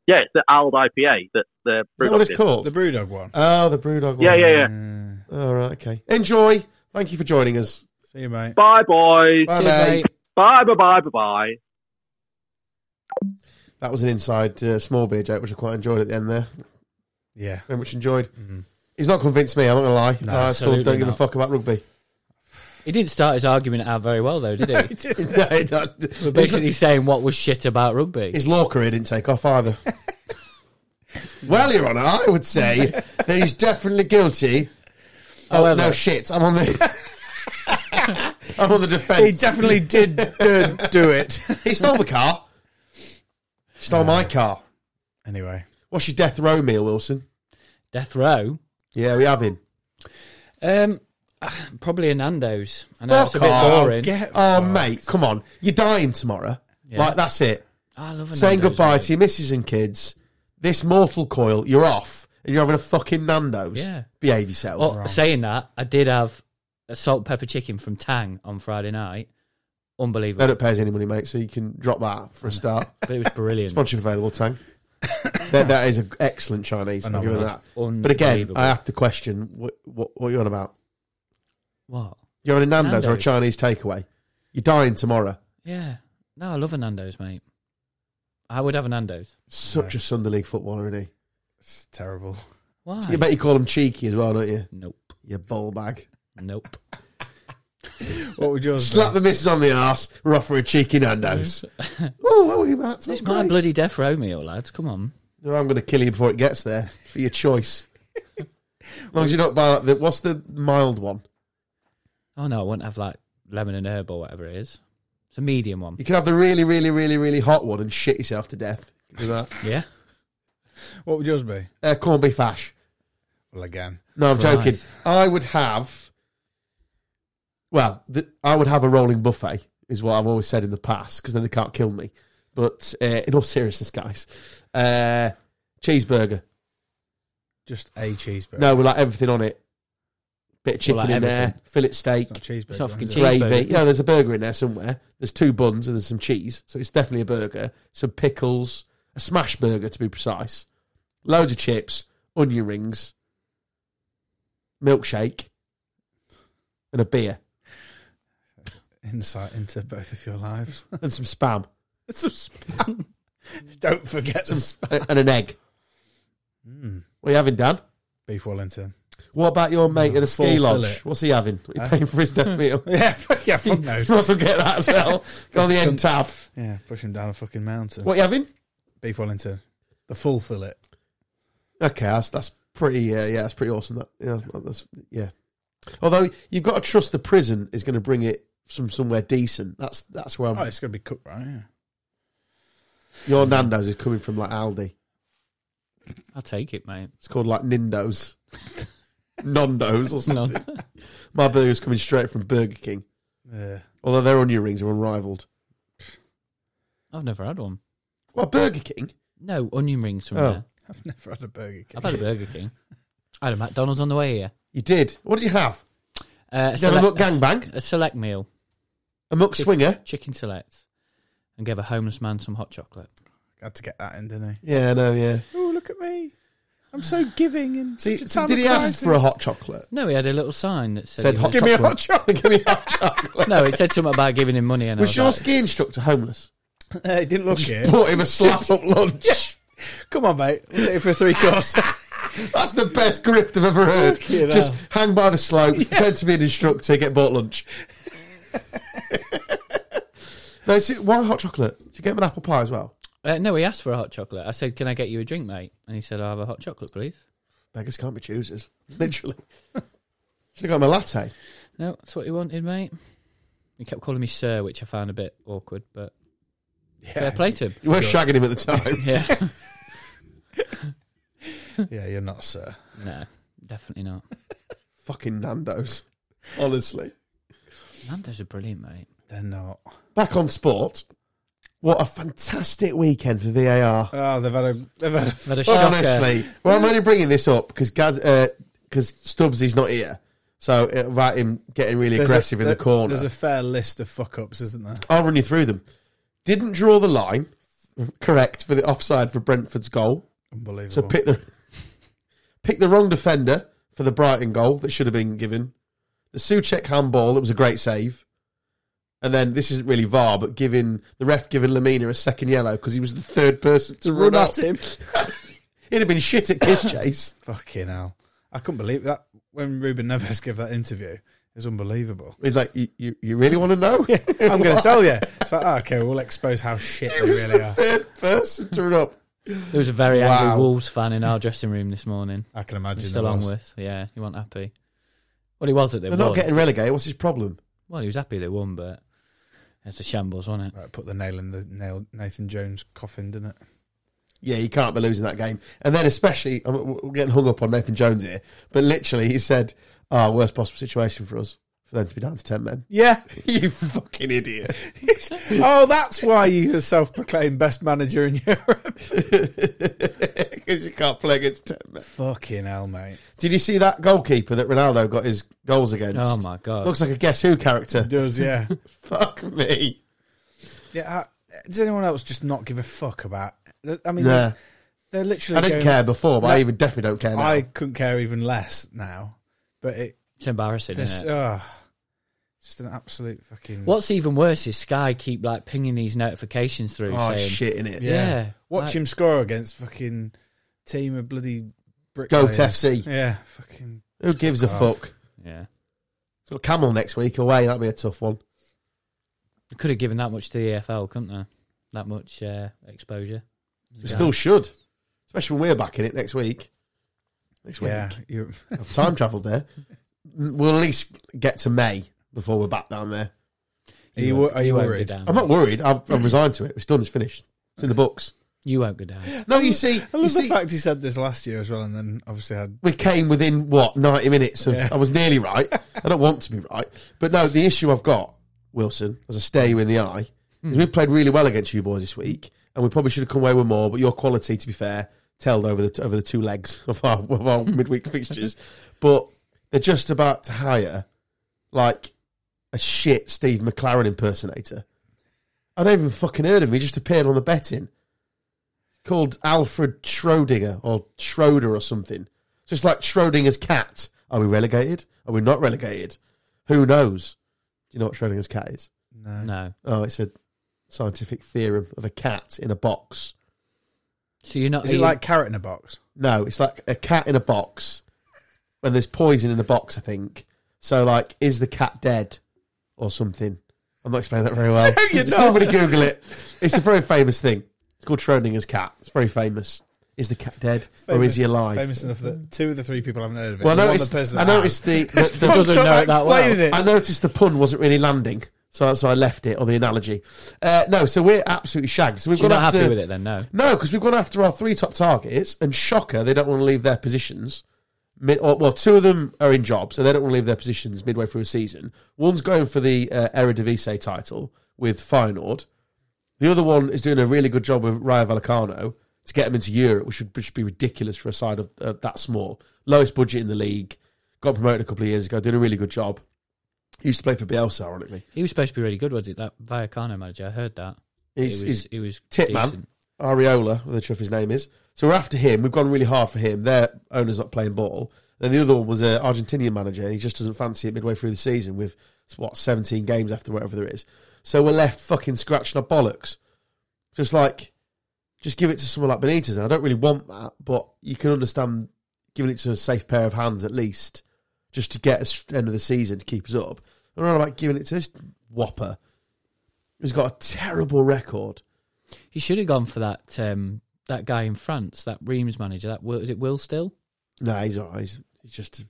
yeah, it's the Ald IPA that the
Is that what it's
Brewdog did.
called?
The Brewdog one.
Oh, the Brewdog one.
Yeah, yeah, yeah.
Uh,
All right, okay. Enjoy. Thank you for joining us.
see you, mate.
Bye, boys.
Bye,
Cheers,
mate.
mate.
Bye, bye, bye, bye, bye.
That was an inside uh, small beer joke, which I quite enjoyed at the end there.
Yeah.
Very much enjoyed. He's not convinced me, I'm not going to lie. I still
Mm-hmm. absolutely
don't give a
not.
fuck about rugby.
He didn't start his argument out very well, though, did he?
No, no.
Basically saying what was shit about rugby.
His law career didn't take off either. well, Your Honour, I would say that he's definitely guilty. Oh,
However-
no, shit. I'm on the. I'm on the defence.
He definitely did do, do it.
He stole the car. He stole my car.
Anyway,
What's your death row meal, Wilson?
Death row.
Yeah, we have him.
Um, ah, probably a Nando's. I know
Fuck
it's a bit
off.
boring.
get
Oh, mate, come on. You're dying tomorrow. Like, that's it.
Oh, I love a
Saying
Nando's,
goodbye
mate.
to your missus and kids. This mortal coil, you're off. And you're having a fucking Nando's.
Yeah. Oh.
Behave yourself.
Well, saying that, I did have a salt and pepper chicken from Tang on Friday night.
They
Unbelievable,
don't pay us any money, mate, so you can drop that for a start.
but it was brilliant.
Sponsorship available, Tang. that, that is an excellent Chinese. I'll give it that.
Unbelievable.
But again, I have to question what, what, what are you on about?
what?
You're on a Nando's, or a
Nando's.
Chinese takeaway. You're dying tomorrow.
Yeah, no, I love a Nando's, mate. I would have a Nando's.
Such a Sunday league footballer, isn't he?
It's terrible.
Why?
You bet you call him cheeky as well, don't you?
Nope,
You ball bag.
nope.
What would yours
Slap the
be?
missus on the arse. We're off for a cheeky Nando's. oh, what were you about?
It's my bloody death row meal, lads. Come on.
No, I'm going to kill you before it gets there for your choice. as long as you don't buy like the, what's the mild one?
Oh no, I wouldn't have like lemon and herb or whatever it is. It's a medium one.
You can have the really, really, really, really hot one and shit yourself to death. Do that.
Yeah.
What would yours be?
uh, corned beef hash.
Well, again,
No, I'm
Right.
joking. I would have. Well, the, I would have a rolling buffet, is what I've always said in the past, because then they can't kill me. But uh, in all seriousness, guys, uh, cheeseburger.
just a cheeseburger.
No, with like everything on it. Bit of chicken
Well, like
in there,
everything.
fillet steak,
It's not cheeseburger.
It's not fucking
is it?
cheese.
gravy.
Cheeseburger.
Yeah, there's a burger in there somewhere. There's two buns and there's some cheese, so it's definitely a burger. Some pickles, a smash burger to be precise. Loads of chips, onion rings, milkshake, and a beer
Insight into both of your lives.
and some spam
Some spam. Don't forget some
and and an egg. What are you having, Dan?
beef Wellington.
What about your mate at the ski
full
lodge?
fillet.
What's he having? What are you paying for his death meal? you
Yeah, fuck- yeah, fuck no.
must well get that as well. Go on the end tab.
Yeah, push him down a fucking mountain.
What are you having?
Beef Wellington, the full fillet.
Okay, that's that's pretty. Uh, yeah, that's pretty awesome. That yeah, that's yeah. Although you've got to trust the prison is going to bring it from somewhere decent. That's that's where I'm,
Oh, it's gonna be cooked right. Yeah.
your Nando's is coming from, like Aldi.
I'll take it, mate.
It's called like Nindo's, Nondo's or something.
No.
My burger's coming straight from Burger King.
Yeah.
Although their onion rings are unrivaled.
I've never had one.
Well, Burger King.
No onion rings from
Oh.
there.
I've never had a Burger King.
I've had a Burger King. I had a McDonald's on the way here.
You did. What did you have?
Uh,
Did you have a mukbang?
a, a select meal,
A muck swinger?
chicken select, and gave a homeless man some hot chocolate.
Had to get that in, didn't
Yeah, no, yeah.
he? Oh, look at me. I'm so giving and
See, so did he ask for a hot chocolate?
No, he had a little sign that said,
Said
he
hot
Give
chocolate.
me a hot chocolate.
Give me hot chocolate.
No, it said something about giving him money, and I
Was
was
your
like,
ski instructor homeless?
Hey, didn't look it.
Bought him a slap up lunch.
Come on, mate. We'll take it for a three course.
That's the best grift I've ever heard.
You know.
Just hang by the slope, pretend to be an instructor, get bought lunch. no, see, why hot chocolate? Did you get him an apple pie as well?
uh, "No, he asked for a hot chocolate." I said, "Can I get you a drink, mate?" And he said, "I'll have a hot chocolate, please."
Beggars can't be choosers, literally. Should have got him a latte.
No, that's what he wanted, mate. He kept calling me sir, which I found a bit awkward, but fair play to him.
You were shagging him at the time.
Yeah,
yeah, you're not, sir.
no, definitely not.
Fucking Nando's. Honestly.
Nando's are brilliant, mate.
They're not.
Back on sport. What a fantastic weekend for VAR.
Oh, they've had a. They've had a
They've had a shocker.
Honestly. Well, I'm only bringing this up because uh, 'cause Stubbs is not here. So, uh, about him getting really
there's a-
aggressive in the
there-
corner.
There's a fair list of fuck ups, isn't there?
I'll run you through them. Didn't draw the line, correct, for the offside for Brentford's goal.
Unbelievable.
So pick the pick the wrong defender for the Brighton goal that should have been given. The Suchek handball that was a great save, and then this isn't really VAR, but giving the ref giving Lamina a second yellow because he was the third person to run, up.
him.
He'd have been shit at kiss chase.
Fucking hell. I couldn't believe that. When Ruben Neves gave that interview, it was unbelievable.
He's like, you, you, you really want to know?
I'm going to tell you. It's like, oh, okay, we'll expose how shit
He
they
was
really
the
are.
third person to run up.
There was a very angry
Wow.
Wolves fan in our dressing room this morning.
I can imagine.
Mr.
there was.
Longworth, yeah, he wasn't happy. Well, he was that they
They're
won.
not getting relegated. What's his problem?
Well, he was happy they won, but it's a shambles, wasn't it?
Right, put the nail in the nail Nathan Jones coffin, didn't it?
Yeah, you can't be losing that game. And then, especially, I'm- we're getting hung up on Nathan Jones here, but literally, he said, "Ah, worst possible situation for us for them to be down to ten men."
Yeah.
you fucking idiot!
oh, that's why you are self-proclaimed best manager in Europe.
Because you can't play against ten men.
Fucking hell, mate.
Did you see that goalkeeper that Ronaldo got his goals against?
Oh my god!
Looks like a Guess Who character.
Does yeah.
Fuck me.
yeah. I, does anyone else just not give a fuck about? I mean,
Nah,
they're, they're literally.
I didn't
going-
care before, but
No.
I even definitely don't care now.
I couldn't care even less now. But it,
it's embarrassing,
this,
isn't
um,
it?
oh, just an absolute fucking.
What's even worse is Sky keep like pinging these notifications through
oh
saying,
shit in it.
Yeah,
Yeah. Watch
like-
him score against fucking team of bloody brick.
Goat FC.
Oh, Yeah, fucking.
Who gives a
Fuck off.
fuck?
Yeah,
It's got Camel next week away. That'd be a tough one.
they could have given that much to the EFL, couldn't they? That much uh, exposure.
They still should, especially when we're back in it next week. Next week,
Yeah, you
I've time travelled there. We'll at least get to May before we're back down there.
Are you, wor- are you
won't go
worried?
down.
I'm not worried. I've, I've resigned to it. It's done. It's finished. It's in the books.
You won't go down.
No, you see,
I
you
love the
see,
fact he said this last year as well, and then obviously had
we came within what 90 minutes of. I was nearly right. I don't want to be right, but no. The issue I've got, Wilson, as I stare you in the eye, is we've played really well against you boys this week, and we probably should have come away with more. But your quality, to be fair, tailed over the over the two legs of our of our midweek fixtures. But they're just about to hire like a shit Steve McLaren impersonator. I don't even fucking heard of him. He just appeared on the betting. Called Alfred Schrodinger or Schroeder or something. Just like Schrodinger's cat. Are we relegated? Are we not relegated? Who knows? Do you know what Schrodinger's cat is?
no.
No,
Oh, it's a scientific theorem of a cat in a box.
so you're not.
Is
are
it
you-
like carrot in a box?
No, it's like a cat in a box, and there's poison in the box. I think so. Like, is the cat dead or something? I'm not explaining that very well.
you're not.
Somebody Google it. It's a very famous thing. It's called Schrodinger's cat. It's very famous. Is the cat dead or is he alive?
Famous enough that two of the three people haven't heard of it.
Well,
You're
I
one of
noticed.
the person
I
that
noticed the, the,
has.
the-
Fucked
doesn't
up
know it that well.
explaining it.
I noticed the pun wasn't really landing, so that's why I left it or the analogy. Uh, no, so we're absolutely shagged. So we've
so you're
gone
not
after,
happy with it then? No.
No, because we've gone after our three top targets, and shocker, they don't want to leave their positions. mid, or, well, two of them are in jobs and they don't want to leave their positions midway through a season. One's going for the uh, Eredivisie title with Feyenoord. The other one is doing a really good job with Rayo Vallecano to get him into Europe, which would, which would be ridiculous for a side of uh, that small. Lowest budget in the league. Got promoted a couple of years ago. Did a really good job. He used to play for Bielsa, ironically.
He was supposed to be really good, was it? That Vallecano manager. I heard that.
He's,
it
he's
was, it was
Tip Man.
decent.
Ariola, which his name is. So we're after him. We've gone really hard for him. Their owner's not playing ball. Then the other one was an Argentinian manager. He just doesn't fancy it midway through the season with what seventeen games after whatever there is. So we're left fucking scratching our bollocks. Just like, just give it to someone like Benitez. And I don't really want that, but you can understand giving it to a safe pair of hands at least, just to get us to the end of the season to keep us up. I'm not about giving it to this whopper who's got a terrible record.
He should have gone for that um, that guy in France, that Reims manager. That Will, is it Will still?
No, he's all right. He's, he's just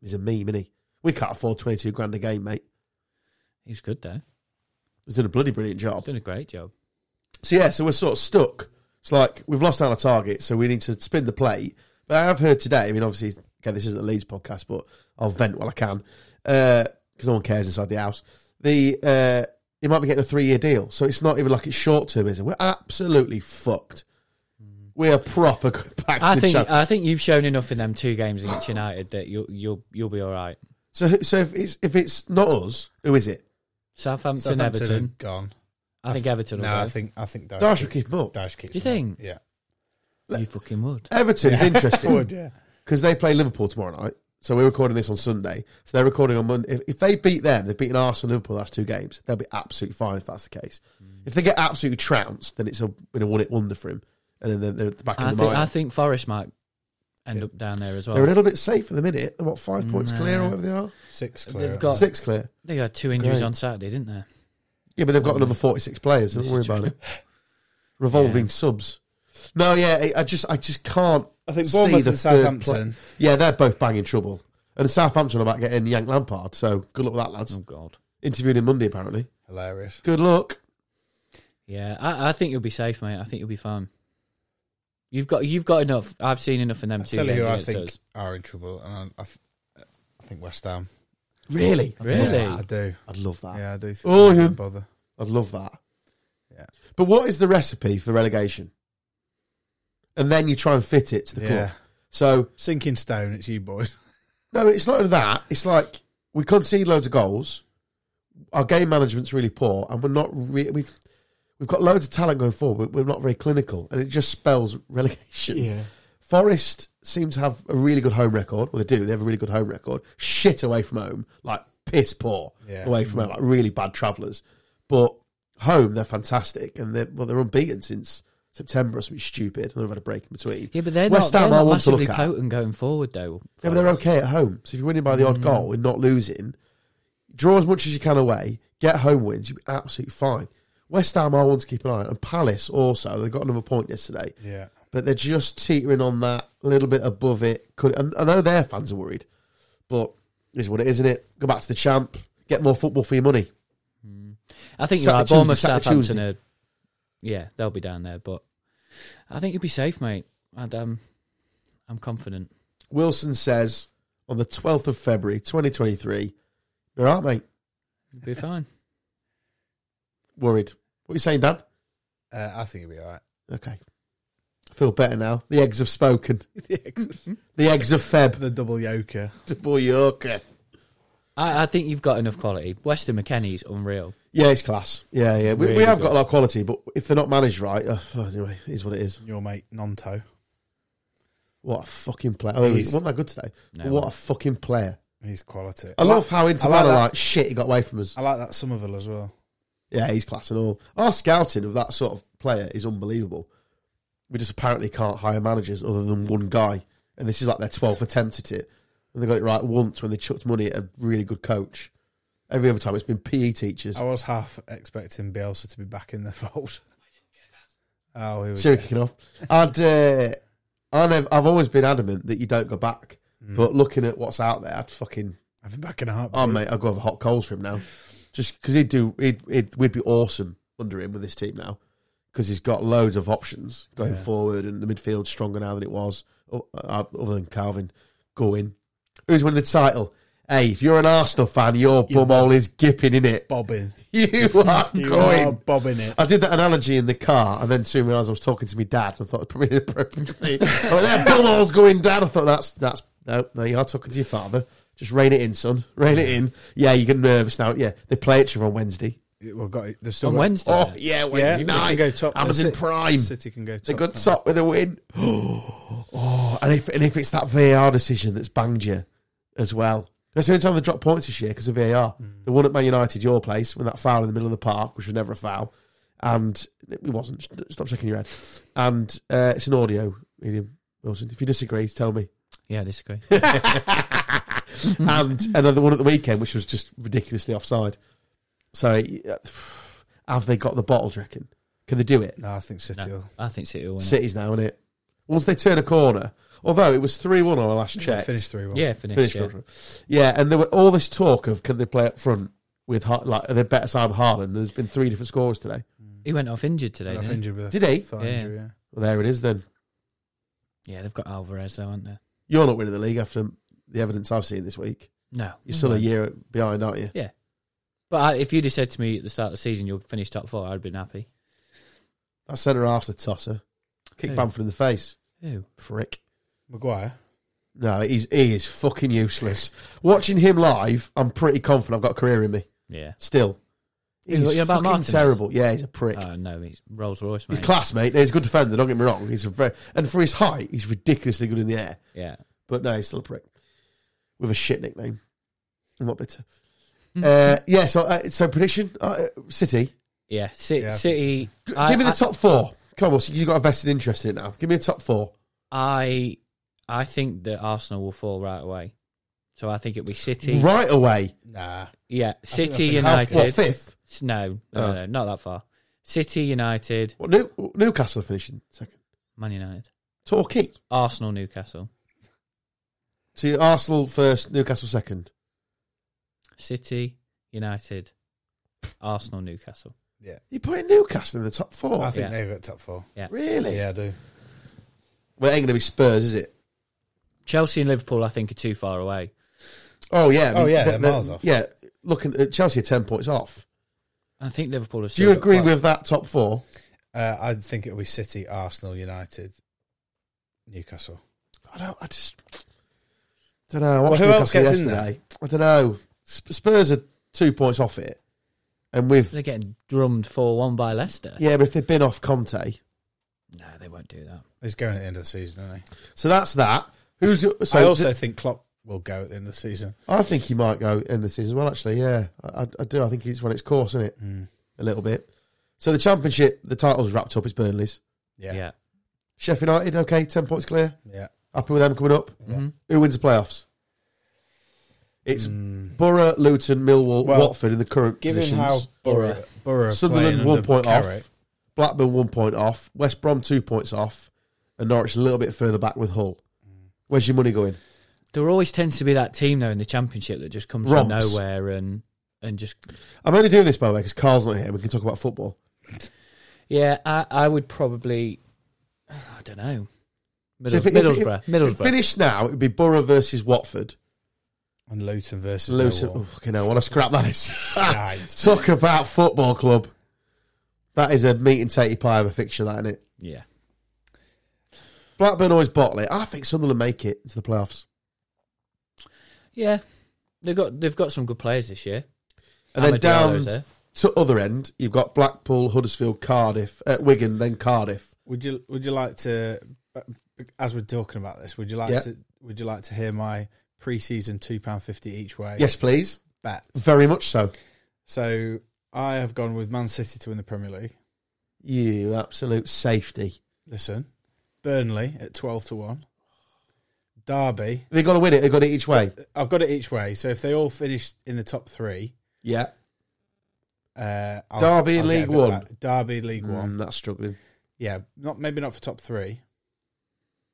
he's a meme, isn't he? We can't afford twenty two grand a game, mate.
He was good there.
He's done a bloody brilliant
He's
job.
done a great job.
So yeah, so we're sort of stuck. It's like we've lost our target, so we need to spin the plate. But I have heard today. I mean, obviously, okay, this isn't the Leeds podcast, but I'll vent while I can because no one cares inside the house. The uh, it might be getting a three year deal, so it's not even like it's short term, is it? We're absolutely fucked. We are proper going back to
I
the
think uh,
Champions-
I think you've shown enough in them two games against United that you'll you'll you'll be all right.
So, so if it's if it's not us, who is it?
Southampton,
Southampton
Everton.
are gone.
I think Everton.
No,
will go.
I think I think Dash,
Dash will keep him up.
Dash keeps.
You
them
think?
up. Yeah.
you fucking would.
Everton is interesting.
Forward, yeah.
because they play Liverpool tomorrow night. So we're recording this on Sunday. So they're recording on Monday. If, if they beat them, they've beaten Arsenal, and Liverpool the last two games. They'll be absolutely fine if that's the case.
Mm.
If they get absolutely trounced, then it's a been a one it wonder for him, and then they're, they're at the back
I
of
think
the mire.
I think Forest might end up down there as well.
they're a little bit safe at the minute. They're what five points
Mm,
clear or whatever they are,
Six clear.
They've got-
six clear.
They had two injuries
Great.
on Saturday, didn't they?
Yeah, but they've
Oh,
got another forty six players. Don't
This
worry
is
about it. Revolving subs. No, yeah, I I just I just can't.
I think
see
Bournemouth
the
and
third
Southampton.
pla- Yeah, they're both banging trouble, and Southampton are about getting Yank Lampard. So good luck with that, lads.
Oh God.
Interviewed him Monday, apparently.
Hilarious.
Good luck.
Yeah, I, I think you'll be safe, mate. I think you'll be fine. You've got you've got enough. I've seen enough of them
I
two
tell you
games
who I
against
think
us.
are in trouble, and I, I, th- I think West Ham.
Really?
Really?
I do.
I'd love that.
Yeah, I do. Think
Oh,
they
yeah.
don't bother.
I'd love that.
Yeah.
But what is the recipe for relegation? And then you try and fit it to the
Yeah.
club. So
Sinking stone. It's you boys.
no, it's not only that. It's like we concede loads of goals. Our game management's really poor, and we're not re- we've we've got loads of talent going forward. But we're not very clinical, and it just spells relegation. Forest seem to have a really good home record. Well, they do. They have a really good home record. Shit away from home, like piss poor
Yeah.
away from home, like really bad travellers. But home, they're fantastic, and they're well, they're unbeaten since September or something stupid. And they've had a break in between.
Yeah, but they're
West
not,
Ham,
they're
I
not
want to
massively
look at.
potent going forward though.
Yeah, but they're
Forest.
okay at home. So if you're winning by the odd goal and not losing, draw as much as you can away, get home wins, you'll be absolutely fine. West Ham, I want to keep an eye on, and Palace also. They got another point yesterday
Yeah.
but they're just teetering on that a little bit above it. Could and I know their fans are worried, but it is what it is, isn't it? Go back to the champ, get more football for your money.
I think you're
Saturday,
right. Bournemouth,
Tuesday, Saturday,
Southampton
Tuesday.
are. Yeah, they'll be down there, but I think you'll be safe, mate. And um, I'm confident.
Wilson says on the twelfth of February, twenty twenty three. You're right, mate.
You'll be fine.
Worried. What are you saying, Dad?
Uh, I think it'll be all right.
Okay. I feel better now. The eggs have spoken.
the
The eggs of Feb.
double yoker.
Boy, you're okay.
I, I think you've got enough quality. Weston McKennie's unreal.
Yeah, it's class. Yeah, yeah. We, we
Really
have got
good.
a lot of quality, but if they're not managed right, uh, anyway, it is what it is.
Your mate Nonto.
What a fucking player. Although he
He's-
wasn't that good today. but
No, he
what a fucking player.
He's quality.
I love how Inter
I like
Milan are
that.
like shit. He got away from us.
I like that Somerville as well.
Yeah, he's class and all. Our scouting of that sort of player is unbelievable. We just apparently can't hire managers other than one guy, and this is like their twelfth attempt at it, and they got it right once when they chucked money at a really good coach. Every other time, it's been PE teachers.
I was half expecting Bielsa to be back in the fold. Oh, here we
Siri
go.
kicking off. I'd, uh, I nev- I've always been adamant that you don't go back, but looking at what's out there, I'd fucking
I've been back in a heartbeat.
Oh mate, I'll go over hot coals for him now. Just because he'd do, he'd, he'd, we'd be awesome under him with this team now because he's got loads of options going forward and the midfield's stronger now than it was, o- uh, other than Calvin. going. Who's winning the title? Hey, if you're an Arsenal fan, your bumhole is gipping in it.
Bobbing.
You are
You are
going.
bobbing it.
I did that analogy in the car, and then soon realised I was talking to my dad. I thought it probably inappropriate. I went, "Their bumhole's going down." I thought that's that's no, no. You are talking to your father. Just rein it in, son. Rein it in. Yeah, you get nervous now. Yeah, they play each other on Wednesday.
We've got it. They've still
on
got-
Wednesday.
Oh yeah,
Yeah,
Wednesday
they
night.
can go top.
Amazon
City-
Prime.
City can go top.
It's a good
can't
sock with a win. oh, and if and if it's that VAR decision that's banged you as well. That's the only time they dropped points this year because of VAR. They won at Man United, your place, when that foul in the middle of the park, which was never a foul, and it wasn't. Stop shaking your head. And uh, it's an audio medium, Wilson. If you disagree, tell me.
Yeah, I disagree.
and another one at the weekend, which was just ridiculously offside. So, uh, have they got the bottle? Do you reckon? Can they do it?
they? No, I think City
No,
will.
I think City will win. it.
Cities now, isn't it? Once they turn a corner, although it was 3 1 on our last
Check.
check.
Finish 3 1.
Yeah, finish.
Finished
yeah.
3-1. yeah, and there were all this talk of can they play up front with Har- like are they better side of Haaland? There's been three different scores today.
He went off injured today.
Enough
Didn't he?
injured with a
Did he?
thigh
Yeah.
injury, yeah.
Well, there it is then.
Yeah, they've got Alvarez though, haven't they?
You're not winning the league after the evidence I've seen this week.
No,
You're still a year behind, aren't you?
But I, if you'd have said to me at the start of the season you'll finish top four, I'd have been happy.
That centre half's a tosser. Kick
Who?
Bamford in the face.
Who?
Prick.
Maguire.
No, he's, he is fucking useless. Watching him live, I'm pretty confident I've got a career in me.
Yeah.
Still.
Who,
He's
what, you're about
fucking
Martinez?
terrible. Yeah, he's a prick.
Oh no, he's Rolls Royce,
He's
mate.
class, mate. He's a good defender. Don't get me wrong. He's a very and for his height, he's ridiculously good in the air.
yeah.
But no, he's still a prick with a shit nickname. I'm not bitter.
Hmm.
uh, yeah. So, uh, so prediction: uh, City.
Yeah, City.
Yeah, I think
City
G-
I,
Give me the
I-
top four. Come on, you have got a vested interest in it now. Give me a top four.
I, I think that Arsenal will fall right away. So I think it'll be City.
Right away.
Nah.
Yeah, City
think
How-
United.
What fifth?
S- No, no,
Oh.
no, not that far. City United,
What New, Newcastle are finishing second?
Man United,
Torquay.
Arsenal, Newcastle,
So you're Arsenal first, Newcastle second.
City United, Arsenal, Newcastle.
You putting Newcastle in the top four?
I
Yeah.
think they've got top four.
really?
Yeah, I do.
Well, it ain't going to be Spurs, is it?
Chelsea and Liverpool, I think, are too far away.
Oh yeah. I
Oh, yeah,
the-
they're
the-
miles off.
Yeah. Looking at Chelsea, are ten points off.
I think Liverpool have.
Do you
still got
agree
quite-
with that top four?
Uh, I think it'll be City, Arsenal, United, Newcastle.
I don't. I just don't know. I watched
who else
Newcastle
gets in
yesterday. I don't know. Sp- Spurs are two points off it, and with
They're getting drummed four-one by Leicester.
yeah, but if they've been off Conte,
No, they won't do that.
He's going at the end of the season, isn't he?
so that's that. Who's your- so?
I also
d-
think Klopp will go at the end of the season.
I think he might go in the season as well. Actually, yeah, I, I- I do. I think it's run its course, isn't it?
Hmm.
A little bit. So the championship, the title's wrapped up. It's Burnley's,
Yeah.
yeah.
Sheffield United. Okay, ten points clear.
Yeah.
Happy with them coming up.
Mm-hmm.
Who wins the playoffs? It's Borough, Luton, Millwall,
Mm. Well,
Watford in the current
Given
positions.
how Borough, Borough are
Sunderland
playing
one
under
point
Carrick,
off, Blackburn one point off, West Brom two points off, and Norwich a little bit further back with Hull. Where's your money going?
There always tends to be that team though in the championship that just comes from
Romps.
nowhere and and just
I'm only doing this by the way because Carl's not here. We can talk about football.
yeah. I, I would probably I don't know Middles,
So if it- if it-
Middlesbrough.
if it
Middlesbrough.
finished now, it would be Borough versus Watford.
and Luton versus
Luton. Oh,
Millwall.
fucking hell, what a scrap that is.
Right.
talk about football club. That is a meat and tatey pie of a fixture, that isn't it?
yeah.
Blackburn always bottle it. I think Sunderland make it into the playoffs.
Yeah, they've got they've got some good players this year.
And then
Amadou
down
Allo's there.
to other end, you've got Blackpool, Huddersfield, Cardiff, uh, Wigan, then Cardiff.
Would you Would you like to, as we're talking about this, would you like
Yeah.
to Would you like to hear my pre-season two pound fifty each way?
Yes, please.
bet.
Very much so.
So I have gone with Man City to win the Premier League.
You absolute safety.
Listen, Burnley at twelve to one. Derby,
They got to win it. They got it each way.
I've got it each way. So if they all finish in the top three,
Yeah,
uh, I'll,
Derby in
I'll get a
League
bit of
One.
that. Derby League One.
Mm, that's struggling.
Yeah, not maybe not for top three,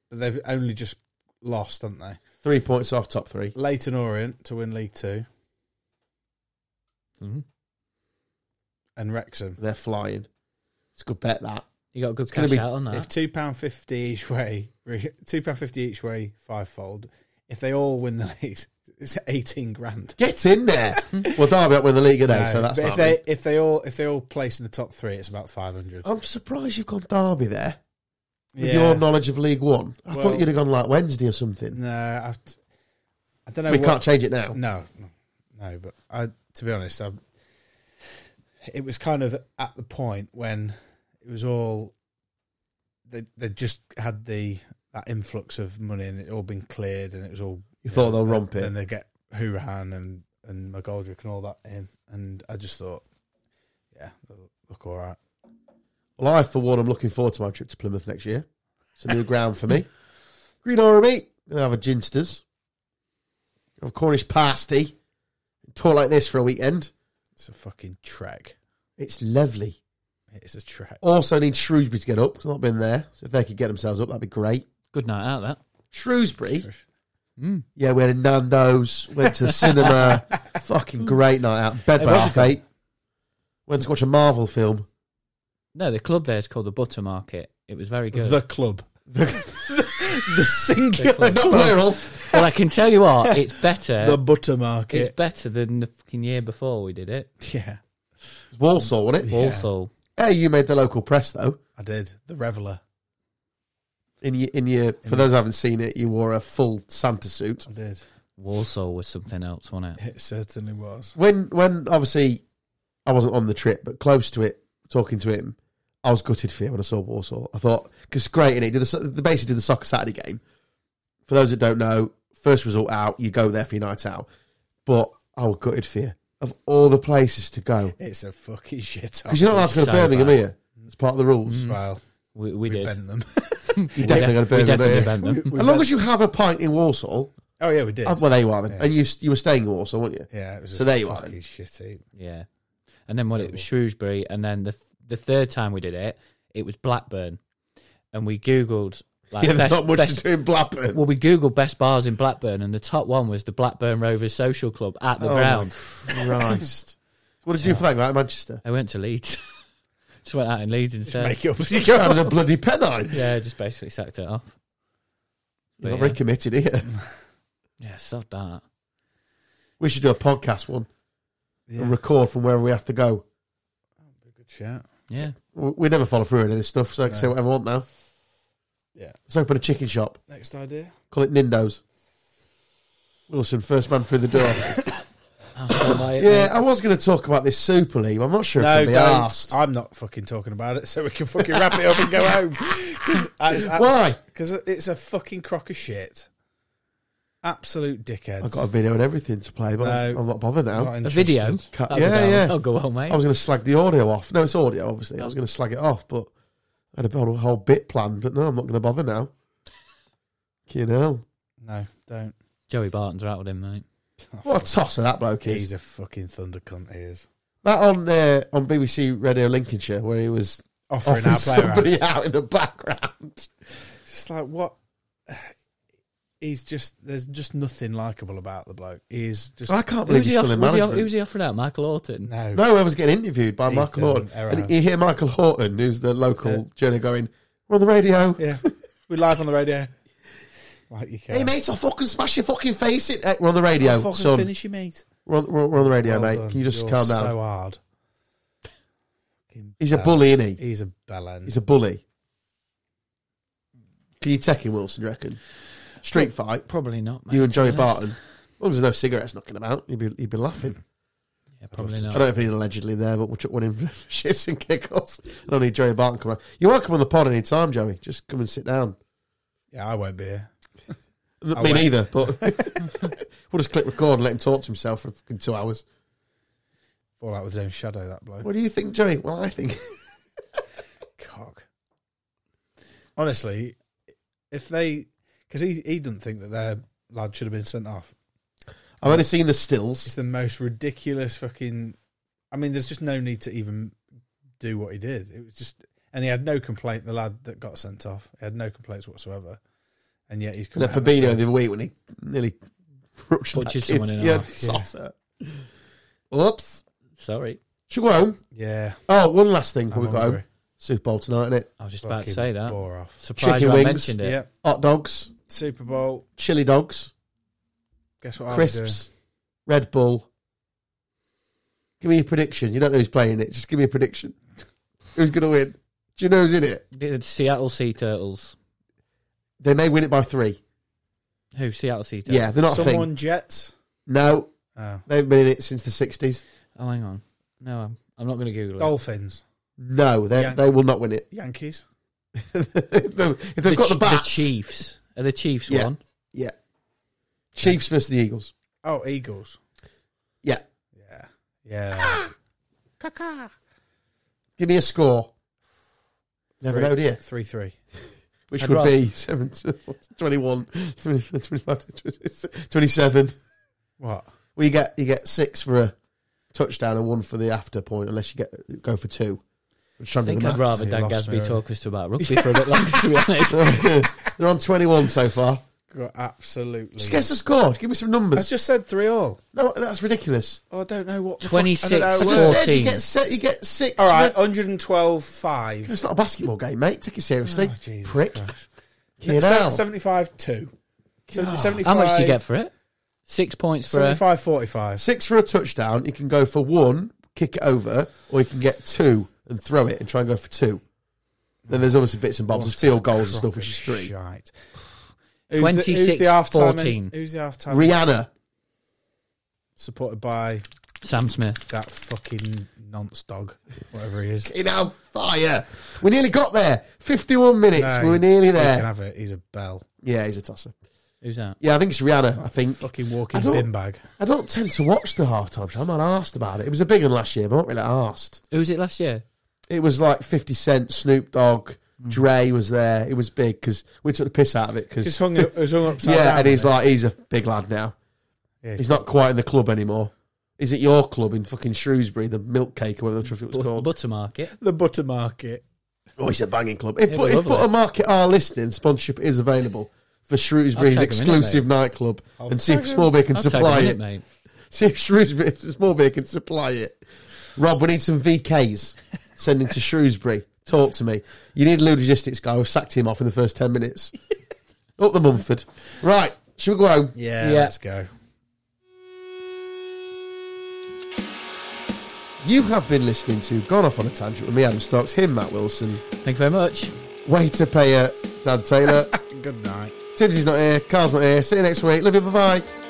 but they've only just lost, haven't they?
Three points off top three.
Leighton Orient to win League Two
Mhm.
and Wrexham.
They're flying. It's a good bet that.
You got a good
gonna
cash
be-
out on that.
If two pound fifty each way, two pound fifty each way, fivefold. if they all win the league, it's eighteen grand.
Get in there. well, Derby up win the league today, so that's
but
not.
if they if they all if they all place in the top three, it's about five hundred.
I'm surprised you've gone Derby there with your knowledge of League One. I
Well-
thought you'd have gone like Wednesday or something.
no, I, I don't know.
we
what-
can't change it now.
No, no, no, but I, to be honest, I, it was kind of at the point when it was all they they just had the that influx of money and it all been cleared and it was all
You thought they'll romp
and
it.
they get Hurahan and and McGoldrick and all that in, and I just thought, yeah, they'll look all right.
Well, I, for one, am looking forward to my trip to Plymouth next year. It's a new ground for me. Green Aura meat. Gonna have a ginsters. Have a Cornish pasty. Talk like this for a weekend.
It's a fucking trek.
It's lovely.
It's a trek.
Also need Shrewsbury to get up. 'cause I've not been there. So if they could get themselves up, that'd be great.
Good night out, that.
Shrewsbury.
Mm.
Yeah, we had a Nando's, went to the cinema. Fucking great night out. Bed
Hey,
by
where'd
half
you go?
eight. Went to watch a Marvel film.
No, the club there is called the Butter Market. It was very good.
The club. The, singular
Not
club.
plural.
well, I can tell you what, it's better.
The butter
it's
market.
better than the fucking year before we did it.
yeah.
Warsaw, wasn't it?
Also,
Hey, you made the local press though.
I did. The Reveller.
In your, in your, for those who haven't seen it, you wore a full Santa suit.
I did.
Warsaw was something else, wasn't it?
It certainly was.
When, when obviously, I wasn't on the trip, but close to it, talking to him, I was gutted for you when I saw Warsaw. I thought because great, and it did the, so- they basically did the soccer Saturday game. For those that don't know, first result out, you go there for your night out. But I was gutted for you of all the places to go
It's a fucking shit.
because you're not allowed to go to
So
Birmingham,
bad.
are you? It's part of the rules.
well,
We, we
we,
did.
bent them.
You definitely go to
we
Birmingham. don't
definitely
you?
bent them.
We
as long
bent-
as you have a pint in Warsaw, uh,
oh yeah, we did.
well, there you are. Then.
Yeah.
And you you were staying in Warsaw, weren't you?
yeah, it was
So
a
there you are
fucking
then.
shit heap.
Yeah. And then what it was Shrewsbury, and then the the third time we did it, it was Blackburn, and we googled like
Yeah, there's
best,
not much
best-
to do in Blackburn.
well, we googled best bars in Blackburn, and the top one was the Blackburn Rovers Social Club at the
Oh,
ground.
my Christ. what did you do for that night in Manchester?
I went to Leeds, just went out in Leeds instead.
Make it up. as you
You
go.
got out of the bloody Pennines.
yeah, just basically sacked it off.
You're
Yeah.
not very committed here.
Yeah, sod that.
We should do a podcast one
Yeah.
and record from wherever we have to go.
Good shout.
Yeah,
We we never follow through any of this stuff, so I can say whatever I want now.
Yeah.
Let's open a chicken shop.
Next idea.
Call it Nindo's. Wilson, first man through the door.
I'll uh, stop by it,
yeah,
mate.
I was going to talk about this Super League. but I'm not sure
No,
if i be
don't.
asked.
I'm not fucking talking about it, so we can fucking wrap it up and go home.
Why?
Because it's a fucking crock of shit. Absolute dickheads.
I've got a video and everything to play, but
No.
I'm not bothered now.
Not
a
interested.
video.
Cut-
That'll
yeah,
go,
yeah.
That'll Oh, go well, mate.
I was going to slag the audio off. No, it's audio, obviously. I was going to slag it off, but I had a whole- whole bit planned. But no, I'm not going to bother now. You know
No, don't.
Joey Barton's rattled him, mate.
what a tosser that bloke is.
He's a fucking thunder cunt. He is
That on uh, on BBC Radio Lincolnshire where he was
offering,
offering
our player out.
somebody out. in the background.
Just like what. He's just there's just nothing likable about the bloke. He's just
I can't believe
Who's
he's still
he, off-
in
who's, he, off-
management.
who's he offering out? Michael Orton.
no.
no, I was getting interviewed by Michael Horton,
Ethan Arrowhouse.
and you hear Michael Horton, who's the local journal, going, "We're on the radio."
Yeah, we're live on the radio. Like you can.
Hey mate, I'll fucking smash your fucking face in. Eh, we're on the radio,
I'll fucking
son.
finish you, mate.
We're on, we're, we're on the radio,
Well
mate.
done.
Can you just
You're
calm down?
So hard. Fucking
He's a
bell-
bully, isn't he?
He's a bellend.
He's a bully. Can you take him, Wilson, do you reckon? Street fight.
Probably not. Mate,
You and
to be
Joey
honest.
Barton. As long as there's no cigarettes knocking about, he'd be, he'd be laughing.
Yeah,
I
probably not.
don't know if he's allegedly there, but we'll chuck one in for shits and giggles. I don't need Joey Barton coming around. You're welcome on the pod any time, Joey. Just come and sit down.
yeah, I won't be here.
Me
won't.
neither, but we'll just click record and let him talk to himself for fucking two hours.
Fall out with his own shadow. That bloke.
What do you think, Joey? Well, I think
cock. Honestly, if they, because he he doesn't think that their lad should have been sent off.
I've only seen the stills.
It's the most ridiculous fucking. I mean, there's just no need to even do what he did. It was just, and he had no complaint. The lad that got sent off, he had no complaints whatsoever, and yet he's
And
come
then
out and
Fabinho
said-
the other week when he nearly ruptured that
Butchered
kid's-
someone in
yeah,
half,
yeah.
saucer. Oops.
Sorry,
Should we go home?
Yeah,
Oh, one last thing
I'm
before we go
hungry.
home. Super Bowl tonight, innit?
I was just about to
Fucking
say that.
Bore off.
Surprised
Chicken
you I
wings.
mentioned it.
Yeah,
Hot dogs,
Super Bowl.
chili dogs,
Guess what? I would
crisps, Red Bull. Give me a prediction. You don't know who's playing it. Just give me a prediction. who's going to win? Do you know who's in it?
The Seattle Sea Turtles.
They may win it by three.
Who? Seattle Sea Turtles.
Yeah, they're
do.
not a
Uh, Someone
thing.
Jets.
No,
Oh.
they've been in it since the sixties.
Oh, hang on. No, I'm, I'm not going to Google it.
Oh,
Dolphins.
No, they
Yeah.
they will not win it.
Yankees.
if they've got the
Ch-
bats,
Chiefs. Are the Chiefs
Yeah.
one?
yeah, Chiefs versus the Eagles.
Oh, Eagles.
Yeah,
Yeah. Yeah.
give me a score. Never
Three-
know, dear.
Three three.
Which
I'd
would
rather-
be 7, 21, 25, 27.
What?
Well, you get you get six for a touchdown and one for the after point, unless you get go for two. I'm trying to
I
do
think
the
I'd rather
You
Dan
lost me
Gasby
already.
talk us to about rugby for a bit longer, to be honest.
maths. They're on twenty one so far.
Got absolutely.
Just guess the score. Give me some
I
numbers.
just said three all.
no, that's ridiculous.
Oh, I don't know what. the fuck- I don't
26.
know how it
I
Well,
just
works.
said you
14.
get set. You get six.
All right,
for-
112 5.
It's not a basketball game, mate. Take it seriously,
Oh, Jesus
prick.
Christ.
You know.
75 2.
God.
75,
How much do you get for it? Six points for uh, a.
75 45.
Six for a touchdown. You can go for one, kick it over, or you can get two and throw it and try and go for two. Then there's obviously bits and bobs, there's field goals and stuff, which is three.
Shite.
26,
halftime
14.
in- Who's the halftime? in-
Rihanna.
supported by
Sam Smith.
that fucking nonce dog, whatever he is.
in our fire. We nearly got there. 51 minutes. we were nearly
He can
there.
have it. He's a bell.
Yeah, he's a tosser.
Who's that?
Yeah, I think it's Rihanna. I think
Fucking walking
I don't-
bin bag.
I don't tend to watch the halftime show. I'm not asked about it. It was a big one last year, but I'm not really asked.
Who was it last year?
It was like 50 Cent, Snoop Dogg,
Mm.
Dre was there. It was big because we took the piss out of it
He's
because
hung, up- he's hung upside down.
yeah, and he's
isn't
like he's a big lad now.
he? Yeah,
He's not quite in the club anymore. Is it your club in fucking Shrewsbury, the Milk Cake or whatever the trophy was called?
Buttermarket.
the butter market.
Oh, it's a banging club. If,
Yeah,
but
but
if
lovely.
Buttermarket are listening, sponsorship is available for
I'll
Shrewsbury's
take 'em in it,
exclusive nightclub and see if Small Beer can
I'll
supply
take a
it.
minute, mate.
See if Shrewsbury, Small Beer can supply it. Rob, we need some VKs sending to Shrewsbury. Talk to me. You need a logistics guy. We've sacked him off in the first 10 minutes. Up the Mumford. Right, shall we go home?
Yeah,
Yeah.
let's go.
You have been listening to Gone Off on a Tangent with me, Adam Stokes, him, Matt Wilson.
Thank you very much.
Way to pay Dan Taylor.
Good night.
Timsy's not here. Carl's not here. See you next week. Love you. Bye bye.